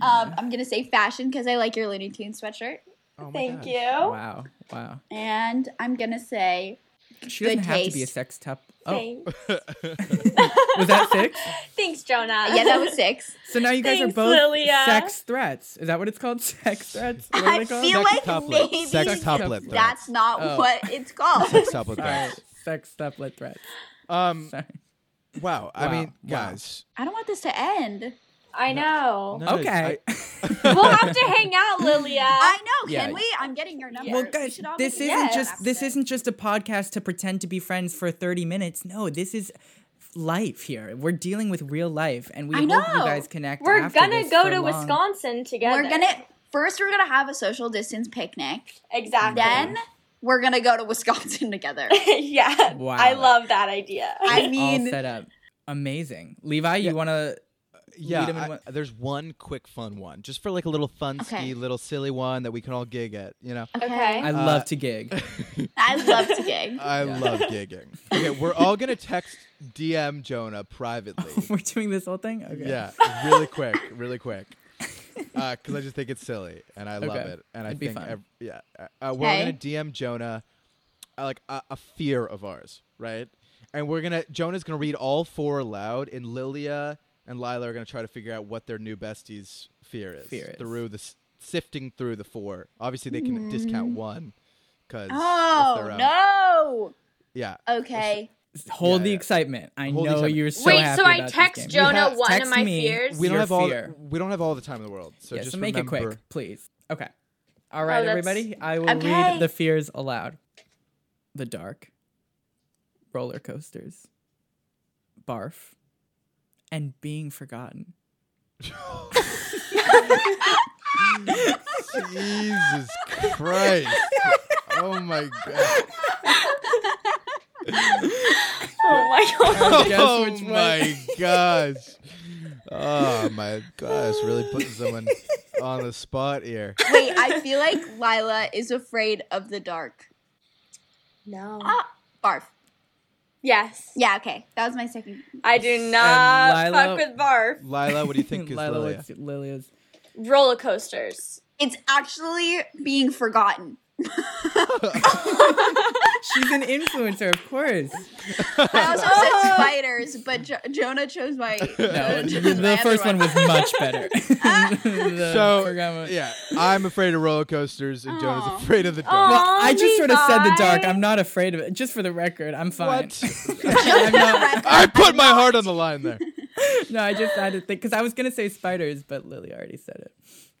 Speaker 5: Um, I'm gonna say fashion because I like your Looney Tunes sweatshirt,
Speaker 1: Oh my
Speaker 4: Thank
Speaker 1: gosh.
Speaker 4: you.
Speaker 2: Wow. Wow.
Speaker 5: and I'm gonna say
Speaker 2: She
Speaker 5: Good
Speaker 2: doesn't have to be a
Speaker 5: taste.
Speaker 2: sex tup. Oh,
Speaker 4: Thanks.
Speaker 2: was that six?
Speaker 4: Thanks, Jonah.
Speaker 5: yeah, that was six.
Speaker 2: So now you guys
Speaker 4: Thanks,
Speaker 2: are both
Speaker 4: Lilia.
Speaker 2: sex threats. Is that what it's called? Sex threats? What are
Speaker 5: I
Speaker 2: they called?
Speaker 5: feel
Speaker 1: Sex
Speaker 5: like
Speaker 1: couplet.
Speaker 5: maybe
Speaker 1: Sex couplet.
Speaker 5: that's not
Speaker 2: Oh.
Speaker 5: what it's called.
Speaker 1: Sex couplet.
Speaker 2: Sorry.
Speaker 1: guys.
Speaker 2: Sex tuplet threats.
Speaker 1: Um,
Speaker 2: Sorry.
Speaker 1: wow. I
Speaker 2: Wow,
Speaker 1: mean,
Speaker 2: wow.
Speaker 1: guys.
Speaker 5: I don't want this to end.
Speaker 4: I know.
Speaker 1: none of-
Speaker 2: Okay.
Speaker 1: I-
Speaker 4: We'll have to hang out, Lilia.
Speaker 5: I know.
Speaker 2: Yeah.
Speaker 5: Can we? I'm getting your number.
Speaker 2: Well,
Speaker 5: We
Speaker 2: guys,
Speaker 5: should all
Speaker 2: this
Speaker 5: make
Speaker 2: isn't
Speaker 5: a plan
Speaker 2: just this
Speaker 5: after
Speaker 2: isn't just a podcast to pretend to be friends for thirty minutes. No, this is life here. We're dealing with real life, and we
Speaker 5: I
Speaker 2: hope you
Speaker 5: know.
Speaker 2: guys connect.
Speaker 4: We're
Speaker 2: after
Speaker 4: gonna
Speaker 2: this
Speaker 4: go
Speaker 2: for
Speaker 4: to
Speaker 2: long.
Speaker 4: Wisconsin together.
Speaker 5: We're gonna first. We're gonna have a social distance picnic.
Speaker 4: exactly.
Speaker 5: Then we're gonna go to Wisconsin together.
Speaker 4: yeah.
Speaker 2: Wow.
Speaker 4: I love that idea.
Speaker 5: I
Speaker 2: all
Speaker 5: mean,
Speaker 2: set up. Amazing, Levi. You want to?
Speaker 1: Yeah,
Speaker 2: Lead 'em in
Speaker 1: I-
Speaker 2: one-
Speaker 1: there's one quick fun one, just for like a little fun
Speaker 5: Okay.
Speaker 1: ski, little silly one that we can all gig at. You know,
Speaker 4: Okay.
Speaker 2: I
Speaker 1: Uh,
Speaker 2: love to gig.
Speaker 5: I love to gig.
Speaker 1: I
Speaker 2: Yeah.
Speaker 1: love gigging. Okay, we're all gonna text DM Jonah privately.
Speaker 2: We're doing this whole thing. Okay.
Speaker 1: Yeah, really quick, really quick. Because I just think it's silly and I love
Speaker 2: Okay.
Speaker 1: it. And I
Speaker 2: It'd be
Speaker 1: think,
Speaker 2: fun.
Speaker 1: ev- yeah, uh, uh, we're all
Speaker 5: Okay.
Speaker 1: gonna DM Jonah uh, like a, a fear of ours, right? And we're gonna Jonah's gonna read all four aloud, and Lilia and Lila are gonna try to figure out what their new besties' fear is
Speaker 2: Fear is.
Speaker 1: through the s- sifting through the four. Obviously, they can discount one because
Speaker 5: Hmm. Oh no!
Speaker 1: yeah.
Speaker 5: Okay.
Speaker 2: Hold
Speaker 1: Yeah,
Speaker 2: the
Speaker 1: yeah.
Speaker 2: excitement. I
Speaker 1: Hold the
Speaker 2: know
Speaker 1: excitement.
Speaker 2: you're so
Speaker 4: Wait,
Speaker 2: happy
Speaker 4: so I
Speaker 2: about this
Speaker 4: text
Speaker 2: game. You
Speaker 4: Jonah
Speaker 2: have-
Speaker 4: one of
Speaker 2: text
Speaker 4: my
Speaker 2: me
Speaker 4: fears?
Speaker 1: We don't
Speaker 2: your
Speaker 1: have all
Speaker 2: fear.
Speaker 1: the, we don't have all the time in the world, so
Speaker 2: yeah,
Speaker 1: just
Speaker 2: so make it
Speaker 1: remember.
Speaker 2: quick, please. Okay. All right,
Speaker 4: Oh, that's-
Speaker 2: everybody. I will
Speaker 5: Okay.
Speaker 2: read the fears aloud. The dark, roller coasters, barf, and being forgotten.
Speaker 1: Jesus Christ. Oh my god.
Speaker 4: oh my god.
Speaker 2: Guess
Speaker 1: oh
Speaker 2: which one.
Speaker 1: my gosh. Oh my gosh. Really putting someone on the spot here.
Speaker 5: Wait, I feel like Lila is afraid of the dark.
Speaker 4: No.
Speaker 5: Ah, barf.
Speaker 4: yes.
Speaker 5: Yeah. Okay, that was my second.
Speaker 4: I do not
Speaker 2: And Lila-
Speaker 4: fuck with barf.
Speaker 1: Lila, what do you think is
Speaker 2: Lila,
Speaker 1: Lilia?
Speaker 2: what's Lilia's?
Speaker 4: Roller coasters.
Speaker 5: It's actually being forgotten.
Speaker 2: She's an influencer, of course.
Speaker 5: I also said spiders, but jo- Jonah chose my.
Speaker 2: No,
Speaker 5: Jonah
Speaker 2: the,
Speaker 5: chose my
Speaker 2: the
Speaker 5: other
Speaker 2: first one was much better. The
Speaker 1: So
Speaker 2: programma-
Speaker 1: yeah, I'm afraid of roller coasters and
Speaker 5: Aw.
Speaker 1: Jonah's afraid of the
Speaker 4: Aw.
Speaker 1: dark.
Speaker 2: Well, I just sort of said the dark.
Speaker 4: Levi.
Speaker 2: I'm not afraid of it. Just for the record, I'm fine.
Speaker 1: What?
Speaker 2: I'm not-
Speaker 1: I put my heart on the line there.
Speaker 2: no, I just had to think because I was gonna say spiders, but Lily already said it.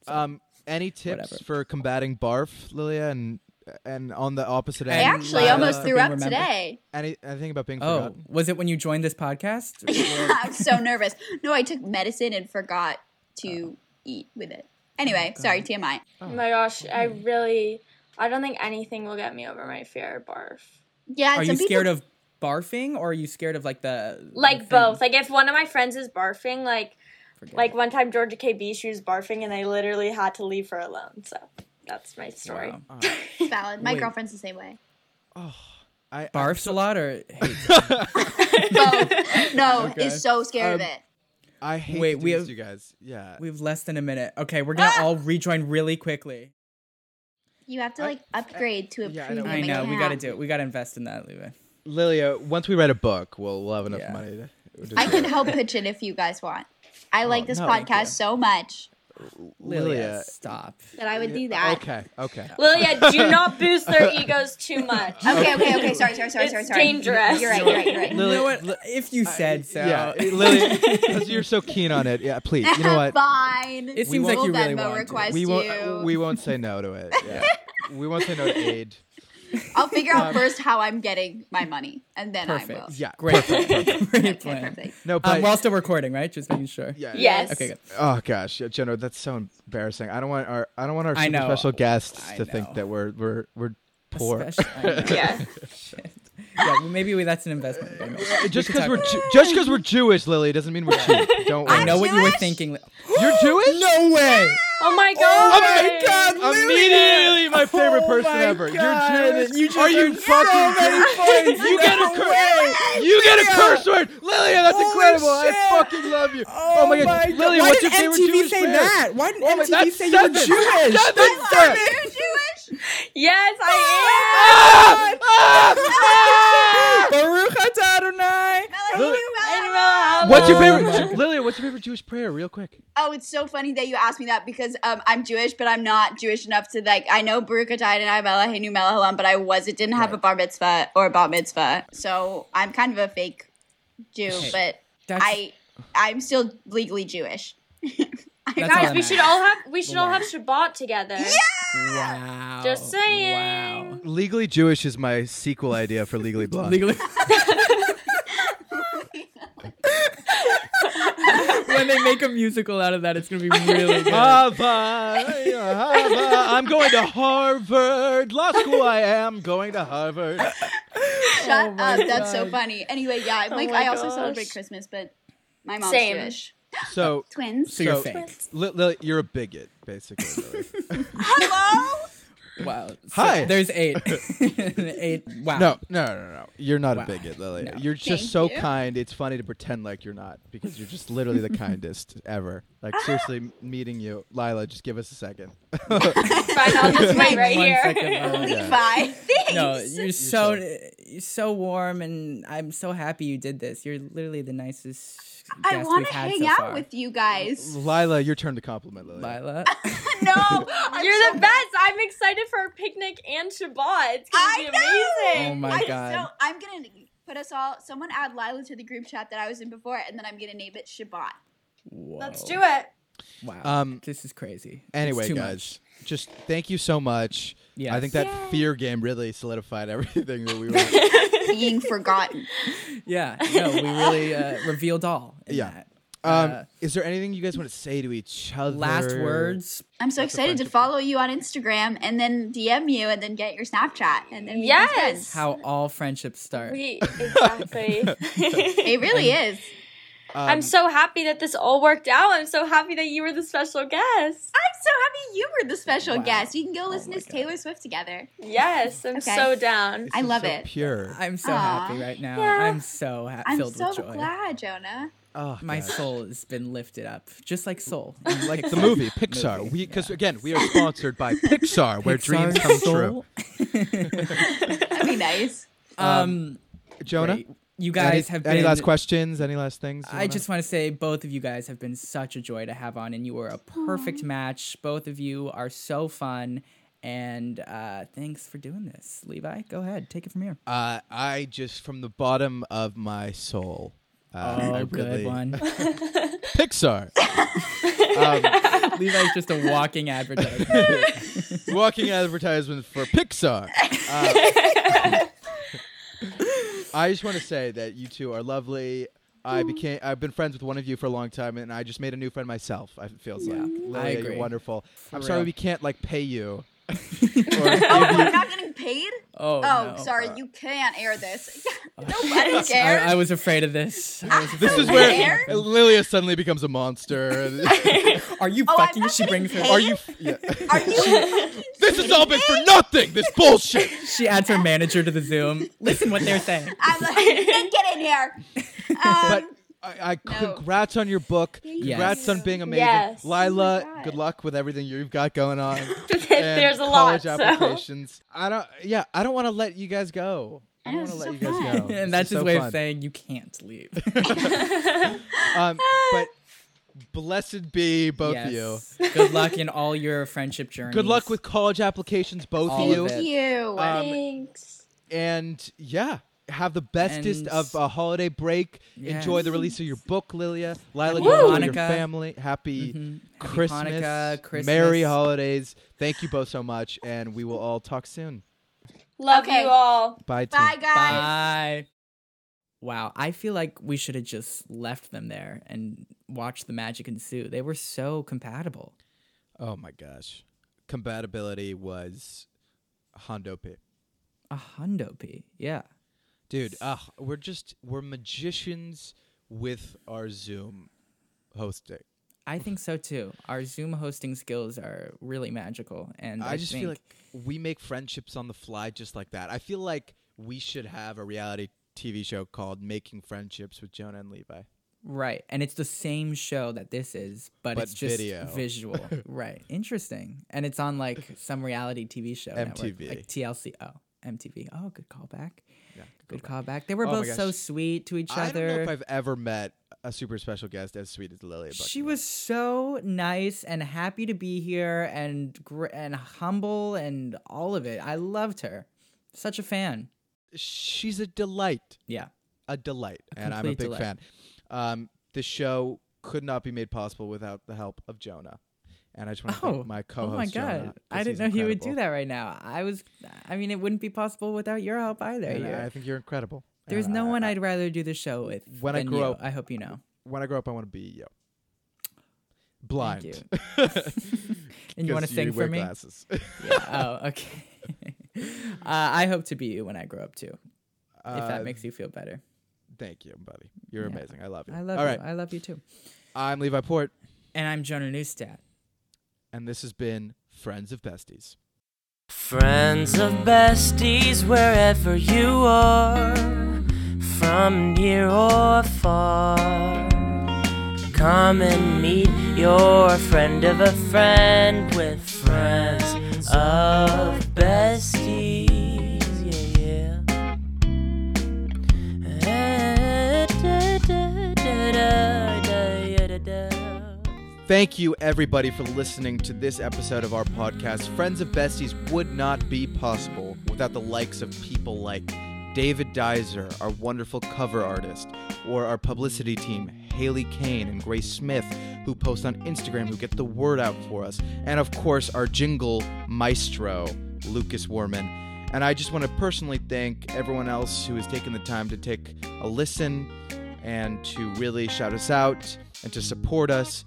Speaker 1: Um, any tips
Speaker 2: Whatever.
Speaker 1: for combating barf, Lilia, and and on the opposite
Speaker 5: I
Speaker 1: end?
Speaker 2: And
Speaker 5: actually
Speaker 2: Lila-
Speaker 5: almost
Speaker 2: for
Speaker 5: threw
Speaker 2: being
Speaker 5: up
Speaker 2: remembered.
Speaker 5: today.
Speaker 1: Any anything about being
Speaker 2: Oh,
Speaker 1: forgotten?
Speaker 2: was it when you joined this podcast?
Speaker 5: I was so nervous. No, I took medicine and forgot
Speaker 2: Oh.
Speaker 5: to eat with it. Anyway, sorry, TMI.
Speaker 4: Oh my gosh, I really, I don't think anything will get me over my fear of barf.
Speaker 5: Yeah,
Speaker 2: are
Speaker 5: and
Speaker 2: you
Speaker 5: some
Speaker 2: scared
Speaker 5: people,
Speaker 2: of barfing, or are you scared of like the
Speaker 4: Like
Speaker 2: thing?
Speaker 4: both. Like if one of my friends is barfing, like
Speaker 2: Forget
Speaker 4: like
Speaker 2: it.
Speaker 4: one time Georgia KB, she was barfing, and I literally had to leave her alone. So that's my story.
Speaker 2: Wow.
Speaker 5: valid. My
Speaker 2: Wait.
Speaker 5: girlfriend's the same way.
Speaker 1: I, I
Speaker 2: barfs a lot or hates?
Speaker 5: Both. No,
Speaker 2: Okay.
Speaker 5: is so scared
Speaker 2: Um,
Speaker 5: of it.
Speaker 1: I hate
Speaker 2: Wait,
Speaker 1: to do
Speaker 2: we
Speaker 1: this
Speaker 2: have-
Speaker 1: to you guys. Yeah.
Speaker 2: we have less than a minute. Okay, we're gonna all rejoin really quickly.
Speaker 5: You have to
Speaker 1: I-
Speaker 5: like upgrade to a
Speaker 1: yeah, I know.
Speaker 5: premium
Speaker 2: I know we gotta
Speaker 5: account.
Speaker 2: do it. We gotta invest in that, Levi.
Speaker 1: Lilia, once we write a book, we'll have enough
Speaker 2: Yeah.
Speaker 1: money to. to
Speaker 5: I
Speaker 1: do
Speaker 5: can
Speaker 1: it.
Speaker 5: help pitch it if you guys want.
Speaker 2: Oh,
Speaker 5: I like this
Speaker 1: no, thank
Speaker 5: podcast so much
Speaker 2: Lilia, stop.
Speaker 5: that I would do that.
Speaker 1: Okay. Okay.
Speaker 4: Lilia, do not boost their egos too much.
Speaker 5: Okay, okay, okay. Sorry, sorry, sorry,
Speaker 4: It's
Speaker 5: sorry, sorry.
Speaker 4: dangerous.
Speaker 5: You're right, you're right, you're right.
Speaker 1: Lily-
Speaker 2: you know what? If you said so,
Speaker 1: Yeah, Lily, because you're so keen on it. Yeah, please. You know what?
Speaker 5: Fine.
Speaker 2: it seems like
Speaker 5: We'll
Speaker 2: you really
Speaker 5: Venmo
Speaker 2: want to.
Speaker 5: request
Speaker 1: We
Speaker 5: you.
Speaker 1: won't. We won't say no to it. Yeah. we won't say no to aid.
Speaker 5: I'll figure out first how I'm getting my money, and then I will.
Speaker 2: um, Perfect.
Speaker 1: Yeah,
Speaker 2: Great. plan. Great
Speaker 5: Okay,
Speaker 2: plan.
Speaker 5: perfect.
Speaker 1: No, but
Speaker 2: Um, while still recording, right? Just making sure.
Speaker 1: yeah.
Speaker 4: Yes.
Speaker 2: Okay. Good.
Speaker 1: Oh gosh, yeah, Jenna, that's so embarrassing. I don't want our I don't want our
Speaker 2: I
Speaker 1: super
Speaker 2: know.
Speaker 1: special guests
Speaker 2: I
Speaker 1: to think
Speaker 2: know.
Speaker 1: that we're we're we're poor.
Speaker 2: Especially- I know.
Speaker 4: Yeah.
Speaker 2: yeah. Well, maybe we, that's an investment. Very well. We
Speaker 1: Just because
Speaker 2: can talk
Speaker 1: we're
Speaker 2: about it.
Speaker 1: Ju- just because we're Jewish, Lily, doesn't mean we're cheap. Don't worry.
Speaker 2: I know what you were
Speaker 5: Jewish?
Speaker 2: thinking.
Speaker 1: You're Jewish.
Speaker 2: No way.
Speaker 4: Oh my god.
Speaker 1: Immediately, my favorite
Speaker 2: Oh
Speaker 1: person
Speaker 2: my
Speaker 1: ever.
Speaker 2: God.
Speaker 1: You're Jewish.
Speaker 2: You just
Speaker 1: Are you
Speaker 2: earned so
Speaker 1: fucking
Speaker 2: many
Speaker 1: kidding?
Speaker 2: points.
Speaker 1: You get a
Speaker 2: No
Speaker 1: curse. You get a curse word, Lilia. That's
Speaker 2: Holy
Speaker 1: incredible. I
Speaker 2: shit.
Speaker 1: fucking love you. Oh, my God, Lilia,
Speaker 2: Why
Speaker 1: what's
Speaker 2: did
Speaker 1: your favorite
Speaker 2: MTV
Speaker 1: Jewish
Speaker 2: say
Speaker 1: band?
Speaker 2: that? Why did
Speaker 1: Oh my-
Speaker 2: MTV
Speaker 1: that's
Speaker 2: say you were
Speaker 1: seven.
Speaker 2: Jewish?
Speaker 1: Seven.
Speaker 2: That's
Speaker 1: Seven.
Speaker 2: seven.
Speaker 5: You're Jewish.
Speaker 4: Yes,
Speaker 1: Ah!
Speaker 4: I
Speaker 1: Ah! Ah!
Speaker 2: Baruch atah Adonai.
Speaker 5: Melody, you Melody.
Speaker 4: am.
Speaker 1: Ah! What's your
Speaker 2: Oh
Speaker 1: favorite, Lilia? What's your favorite Jewish prayer, real quick?
Speaker 5: Oh, it's so funny that you asked me that because um, I'm Jewish, but I'm not Jewish enough to like. I know Baruch Atayit and I Elohim Melahalam, but I wasn't didn't have a bar mitzvah or a bat mitzvah, so I'm kind of a fake Jew. But
Speaker 2: That's-
Speaker 5: I I'm still legally Jewish.
Speaker 2: That's all
Speaker 4: Guys,
Speaker 2: that
Speaker 4: we should
Speaker 2: matters.
Speaker 4: all have we should all have Shabbat together.
Speaker 2: Wow.
Speaker 4: Just saying.
Speaker 2: Wow.
Speaker 1: Legally Jewish is my sequel idea for Legally Blonde.
Speaker 2: Legally. when they make a musical out of that, it's gonna be really good.
Speaker 1: Uh, Harvard, Harvard. I'm going to Harvard Law School. I am going to Harvard.
Speaker 5: Shut up!
Speaker 2: Oh my Oh
Speaker 5: That's so
Speaker 2: God.
Speaker 5: funny. Anyway, yeah, I'm like
Speaker 4: my
Speaker 5: I also
Speaker 4: gosh.
Speaker 5: celebrate Christmas, but my mom's
Speaker 4: Same.
Speaker 5: Jewish.
Speaker 1: So,
Speaker 5: Twins.
Speaker 2: so you're
Speaker 1: So-
Speaker 2: fake.
Speaker 1: Li- Li- you're a bigot, basically. Lily.
Speaker 5: Hello.
Speaker 2: Wow. So
Speaker 1: Hi.
Speaker 2: There's eight. eight. Wow.
Speaker 1: no, no, no, no. You're not
Speaker 2: Ah. Wow.
Speaker 1: a bigot, Lily.
Speaker 2: No.
Speaker 1: You're just
Speaker 5: Thank
Speaker 1: so
Speaker 5: you.
Speaker 1: kind. It's funny to pretend like you're not because you're just literally the kindest ever. Like
Speaker 2: Ah.
Speaker 1: seriously, m- meeting you, Lila. Just give us a second.
Speaker 4: Fine, I'll just wait right
Speaker 2: One
Speaker 4: here.
Speaker 2: second, Lauren.
Speaker 5: Levi. Thanks.
Speaker 2: oh No, you're so you're so warm, and I'm so happy you did this. You're literally the nicest.
Speaker 5: I
Speaker 2: guest
Speaker 5: want
Speaker 2: we've
Speaker 5: to
Speaker 2: had
Speaker 5: hang
Speaker 2: so
Speaker 5: out
Speaker 2: far.
Speaker 5: with you guys.
Speaker 1: Lila, your turn to compliment Lily.
Speaker 2: Lila.
Speaker 5: No, I'm
Speaker 4: You're
Speaker 5: so
Speaker 4: the best. I'm excited for our picnic and Shabbat. It's gonna
Speaker 5: I
Speaker 4: be
Speaker 5: know.
Speaker 4: amazing.
Speaker 2: Oh my
Speaker 5: I
Speaker 2: god.
Speaker 5: So I'm gonna put us all. Someone add Lila to the group chat that I was in before, and then I'm gonna name it Shabbat.
Speaker 2: Whoa.
Speaker 4: Let's do it.
Speaker 2: Wow.
Speaker 1: Um,
Speaker 2: this is crazy. It's
Speaker 1: Anyway,
Speaker 2: too
Speaker 1: guys, just thank you so much.
Speaker 2: Yes.
Speaker 1: I think that fear game really solidified everything that we were.
Speaker 5: Being forgotten.
Speaker 2: much. Yeah. No, we really uh, revealed all. in
Speaker 1: Yeah.
Speaker 2: that.
Speaker 1: um,
Speaker 2: Uh,
Speaker 1: is there anything you guys want to say to each other?
Speaker 2: Last words.
Speaker 5: I'm so excited to
Speaker 1: friendship.
Speaker 5: follow you on Instagram and then DM you and then get your Snapchat and then we can be
Speaker 4: Yes.
Speaker 5: friends.
Speaker 2: How all friendships start.
Speaker 4: We, exactly.
Speaker 5: It really is.
Speaker 1: Um,
Speaker 4: I'm so happy that this all worked out. I'm so happy that you were the special guest.
Speaker 5: I'm so happy you were the special
Speaker 2: Wow. Oh
Speaker 5: guest. You can go listen
Speaker 2: my
Speaker 5: to
Speaker 2: God.
Speaker 5: Taylor Swift together.
Speaker 4: Yes, I'm
Speaker 5: Okay.
Speaker 4: so down.
Speaker 1: this
Speaker 5: I
Speaker 1: is
Speaker 5: love
Speaker 1: so
Speaker 5: it.
Speaker 1: Pure.
Speaker 2: I'm so
Speaker 5: Aw.
Speaker 2: happy right now.
Speaker 4: Yeah.
Speaker 2: I'm so ha-
Speaker 5: I'm
Speaker 2: filled
Speaker 5: so
Speaker 2: with joy.
Speaker 5: glad, Jonah.
Speaker 1: Oh,
Speaker 2: My
Speaker 1: gosh.
Speaker 2: soul has been lifted up, just like soul.
Speaker 1: Like the movie Pixar.
Speaker 2: Movie,
Speaker 1: We because again we are sponsored by Pixar, where dreams come true.
Speaker 5: That'd be nice.
Speaker 2: Um,
Speaker 1: Jonah,
Speaker 2: great. you
Speaker 1: any,
Speaker 2: guys have been.
Speaker 1: any last questions? Any last things? you
Speaker 2: I
Speaker 1: wanna-
Speaker 2: just want to say both of you guys have been such a joy to have on, and you were a perfect match. Both of you are so fun, and uh, thanks for doing this, Levi. Go ahead, take it from here.
Speaker 1: Uh, I just from the bottom of my soul Uh,
Speaker 2: oh,
Speaker 1: I
Speaker 2: good
Speaker 1: really-
Speaker 2: one.
Speaker 1: Pixar. um,
Speaker 2: Levi's just a walking advertisement.
Speaker 1: walking advertisement for Pixar. Uh, I just want to say that you two are lovely. I became I've been friends with one of you for a long time, and I just made a new friend myself. I- It feels like Lilia,
Speaker 2: I agree.
Speaker 1: you're wonderful. I'm
Speaker 2: real.
Speaker 1: sorry we can't like pay you. Or
Speaker 5: Oh,
Speaker 1: give you-
Speaker 5: we're not getting paid?
Speaker 2: Oh,
Speaker 5: Oh,
Speaker 2: no. uh,
Speaker 5: sorry, you can't air this.
Speaker 2: I-
Speaker 5: Nobody cares.
Speaker 2: I, was afraid of this. I was
Speaker 1: This is where Lilia suddenly becomes a monster.
Speaker 2: Are you
Speaker 5: Oh, I'm
Speaker 2: fucking?
Speaker 5: not
Speaker 2: She
Speaker 5: getting
Speaker 2: brings her.
Speaker 5: paid?
Speaker 1: Are you? Yeah.
Speaker 5: Are you?
Speaker 1: This has all been for nothing. This bullshit.
Speaker 2: She adds her manager to the Zoom. Listen what they're saying.
Speaker 5: I'm like, then get in here.
Speaker 1: But
Speaker 5: Um,
Speaker 1: I, I
Speaker 5: No.
Speaker 1: congrats on your book.
Speaker 2: you.
Speaker 1: Congrats on being amazing,
Speaker 4: Yes.
Speaker 1: Lila.
Speaker 5: God.
Speaker 1: good luck with everything you've got going on. and
Speaker 4: There's a lot.
Speaker 1: College
Speaker 4: So.
Speaker 1: applications. I don't. Yeah, I don't want to let you guys go. I don't
Speaker 5: know,
Speaker 1: want to
Speaker 5: it's
Speaker 1: let
Speaker 5: so
Speaker 1: you guys
Speaker 5: fun.
Speaker 1: go. This is
Speaker 2: and that's his
Speaker 1: so
Speaker 2: way
Speaker 1: fun.
Speaker 2: of saying you can't leave.
Speaker 1: Um, but blessed be both of you.
Speaker 2: Yes. Good luck in all your friendship journeys.
Speaker 1: Good luck with college applications, both
Speaker 2: All
Speaker 1: of you.
Speaker 2: of it.
Speaker 5: you.
Speaker 1: Uh, um,
Speaker 4: Thanks.
Speaker 1: And yeah, have the bestest
Speaker 2: And-
Speaker 1: of a holiday break. Enjoy
Speaker 2: Yes.
Speaker 1: the release of your book, Lilia. Lila,
Speaker 2: Happy
Speaker 1: you and your
Speaker 2: Hanukkah.
Speaker 1: family. Happy
Speaker 2: Mhm. Happy
Speaker 1: Christmas.
Speaker 2: Hanukkah, Christmas.
Speaker 1: Merry holidays. Thank you both so much, and we will all talk soon.
Speaker 4: Love
Speaker 5: Okay.
Speaker 4: you all.
Speaker 1: Bye. team.
Speaker 5: Bye, guys.
Speaker 2: Bye. Wow, I feel like we should have just left them there and watched the magic ensue. They were so compatible.
Speaker 1: Oh my gosh. Compatibility was Hondo P.
Speaker 2: A hundo p. Yeah.
Speaker 1: Dude, ugh, we're just we're magicians with our Zoom hosting.
Speaker 2: I think so too. Our Zoom hosting skills are really magical, and I,
Speaker 1: I just
Speaker 2: think
Speaker 1: feel like we make friendships on the fly just like that. I feel like we should have a reality TV show called Making Friendships with Jonah and Levi.
Speaker 2: right, and it's the same show that this is, but,
Speaker 1: But
Speaker 2: it's just
Speaker 1: video.
Speaker 2: visual, right? Interesting, and it's on like some reality TV show, network,
Speaker 1: MTV.
Speaker 2: like TLC. Oh, MTV. Oh, good callback.
Speaker 1: Yeah,
Speaker 2: Good callback. They were
Speaker 1: Oh my
Speaker 2: both so
Speaker 1: gosh.
Speaker 2: sweet to each
Speaker 1: I
Speaker 2: other.
Speaker 1: don't know if I've ever met a super special guest as sweet as Lilia.
Speaker 2: She
Speaker 1: Buckner.
Speaker 2: was so nice and happy to be here and gr- and humble and all of it. I loved her. Such a fan.
Speaker 1: She's a delight.
Speaker 2: Yeah.
Speaker 1: a delight, and I'm a
Speaker 2: complete
Speaker 1: big
Speaker 2: delight.
Speaker 1: fan. Um, this show could not be made possible without the help of Jonah, and I just want to
Speaker 2: Oh,
Speaker 1: thank my
Speaker 2: Oh
Speaker 1: co-host.
Speaker 2: my god.
Speaker 1: Jonah, 'cause
Speaker 2: I
Speaker 1: he's
Speaker 2: didn't know he would do
Speaker 1: incredible.
Speaker 2: that right now. I was I mean it wouldn't be possible without your help either.
Speaker 1: And
Speaker 2: You're-
Speaker 1: I think you're incredible.
Speaker 2: there's
Speaker 1: And
Speaker 2: no
Speaker 1: I-
Speaker 2: one
Speaker 1: Uh, I-
Speaker 2: I'd rather do the show with
Speaker 1: When I
Speaker 2: than
Speaker 1: grew
Speaker 2: you.
Speaker 1: up-
Speaker 2: I hope you know.
Speaker 1: when I grow up, I want to be you. Blind.
Speaker 2: you. And you want to sing for me?
Speaker 1: Glasses.
Speaker 2: Yeah. Oh, okay. uh, I hope to be you when I grow up too, if
Speaker 1: Uh,
Speaker 2: that makes you feel better.
Speaker 1: Thank you, buddy. You're
Speaker 2: Yeah.
Speaker 1: amazing. I love you.
Speaker 2: I love
Speaker 1: All
Speaker 2: you.
Speaker 1: right,
Speaker 2: I love you too.
Speaker 1: I'm Levi Port,
Speaker 2: And I'm Jonah Newstat.
Speaker 1: and this has been Friends of Besties.
Speaker 3: Friends of besties, wherever you are, from near or far, come and meet your friend of a friend with friends of besties. Yeah, yeah.
Speaker 1: Thank you, everybody, for listening to this episode of our podcast. Friends of Besties would not be possible without the likes of people like David Dyser, our wonderful cover artist, or our publicity team, Haley Kane and Grace Smith, who post on Instagram, who get the word out for us, and of course, our jingle maestro, Lucas Warman. And I just want to personally thank everyone else who has taken the time to take a listen and to really shout us out and to support us.